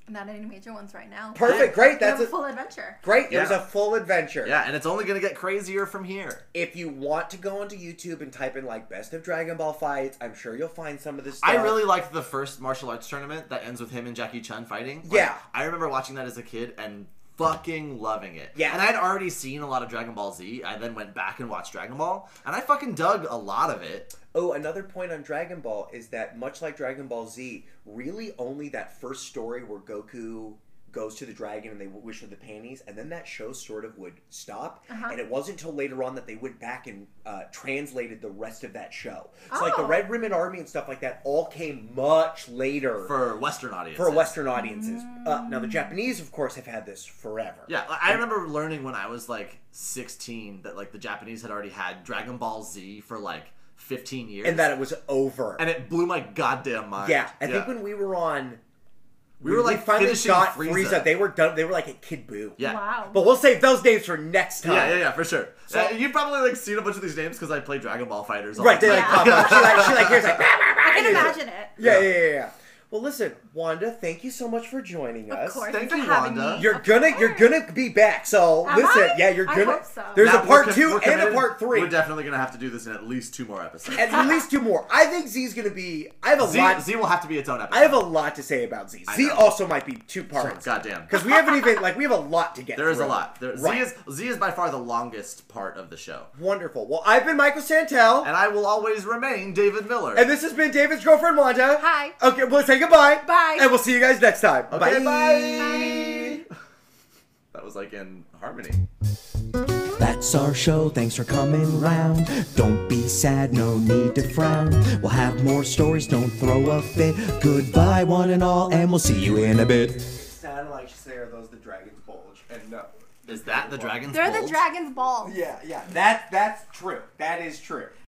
D: Not any major ones right now.
C: Perfect. Great.
D: That's
C: That's
D: a
C: a,
D: full adventure.
C: great. It was
A: Yeah.
C: a full adventure.
A: Yeah, and it's only gonna get crazier from here.
C: If you want to go onto YouTube and type in like best of Dragon Ball fights, I'm sure you'll find some of this stuff.
A: I really liked the first martial arts tournament that ends with him and Jackie Chun fighting. Like,
C: Yeah.
A: I remember watching that as a kid and fucking loving it.
C: Yeah.
A: And I'd already seen a lot of Dragon Ball Z. I then went back and watched Dragon Ball, and I fucking dug a lot of it.
C: Oh, another point on Dragon Ball is that much like Dragon Ball Z, really only that first story where Goku goes to the dragon and they wish for the panties, and then that show sort of would stop. And it wasn't until later on that they went back and uh, translated the rest of that show. So, like the
D: Oh.
C: Red Ribbon Army and stuff like that all came much later for,
A: For Western audiences.
C: Western audiences. Uh, now, the Japanese, of course, have had this forever.
A: Yeah, I I remember learning when I was like 16 that like the Japanese had already had Dragon Ball Z for like 15 years,
C: And that it was over.
A: and it blew my goddamn mind.
C: yeah, I think when we were on.
A: we were
C: we
A: like
C: finally
A: finishing
C: got
A: Frieza.
C: Frieza. They were done. They were like at Kid Boo.
A: yeah,
D: Wow.
C: But we'll save those names for next time.
A: yeah, yeah, yeah, for sure.
C: So-
A: Uh, you've probably like seen a bunch of these names because I play Dragon Ball Fighters. All
C: Right,
A: the
C: they
A: time.
C: like pop up. She like, she like hears like.
D: I can imagine it.
C: Yeah, yeah, yeah, yeah. Well, listen, Wanda, thank you so much for joining us.
D: Of course.
A: Thank
D: for
A: you,
D: having
A: Wanda.
D: me.
C: You're
D: Of
C: gonna, you're
D: course.
C: gonna be back. So
D: Am
C: listen,
D: I?
C: yeah, you're
D: I
C: gonna.
D: hope so.
C: There's
A: Now,
C: a
A: we're
C: part
A: com-
C: two
A: we're
C: and a
A: committed.
C: part three.
A: We're definitely gonna have to do this in at least two more episodes.
C: At least two more. I think Z's gonna be. I have a
A: Z,
C: lot.
A: Z will have to be its own episode.
C: I have a lot to say about Z. Z
A: know.
C: also might be two parts.
A: Goddamn.
C: Because we haven't even like we have a lot to get.
A: There is a
C: through.
A: lot. There,
C: Right.
A: Z is Z is by far the longest part of the show,
C: wonderful. Well, I've been Michael Santel,
A: and I will always remain David Miller.
C: and this has been David's girlfriend Wanda.
D: Hi.
C: Okay, we'll say goodbye.
D: Bye.
C: And we'll see you guys next time.
A: Okay,
D: Bye.
A: That was like in harmony.
B: That's our show, thanks for coming round. Don't be sad, no need to frown. We'll have more stories, don't throw a fit. Goodbye, one and all, and we'll see you in a bit.
C: sounded like she said, "Are those the dragon's bulge?" And uh, no.
A: Is that the dragon's
D: They're the
A: bulge?
D: dragon's balls.
C: Yeah, yeah. That that's true. That is true.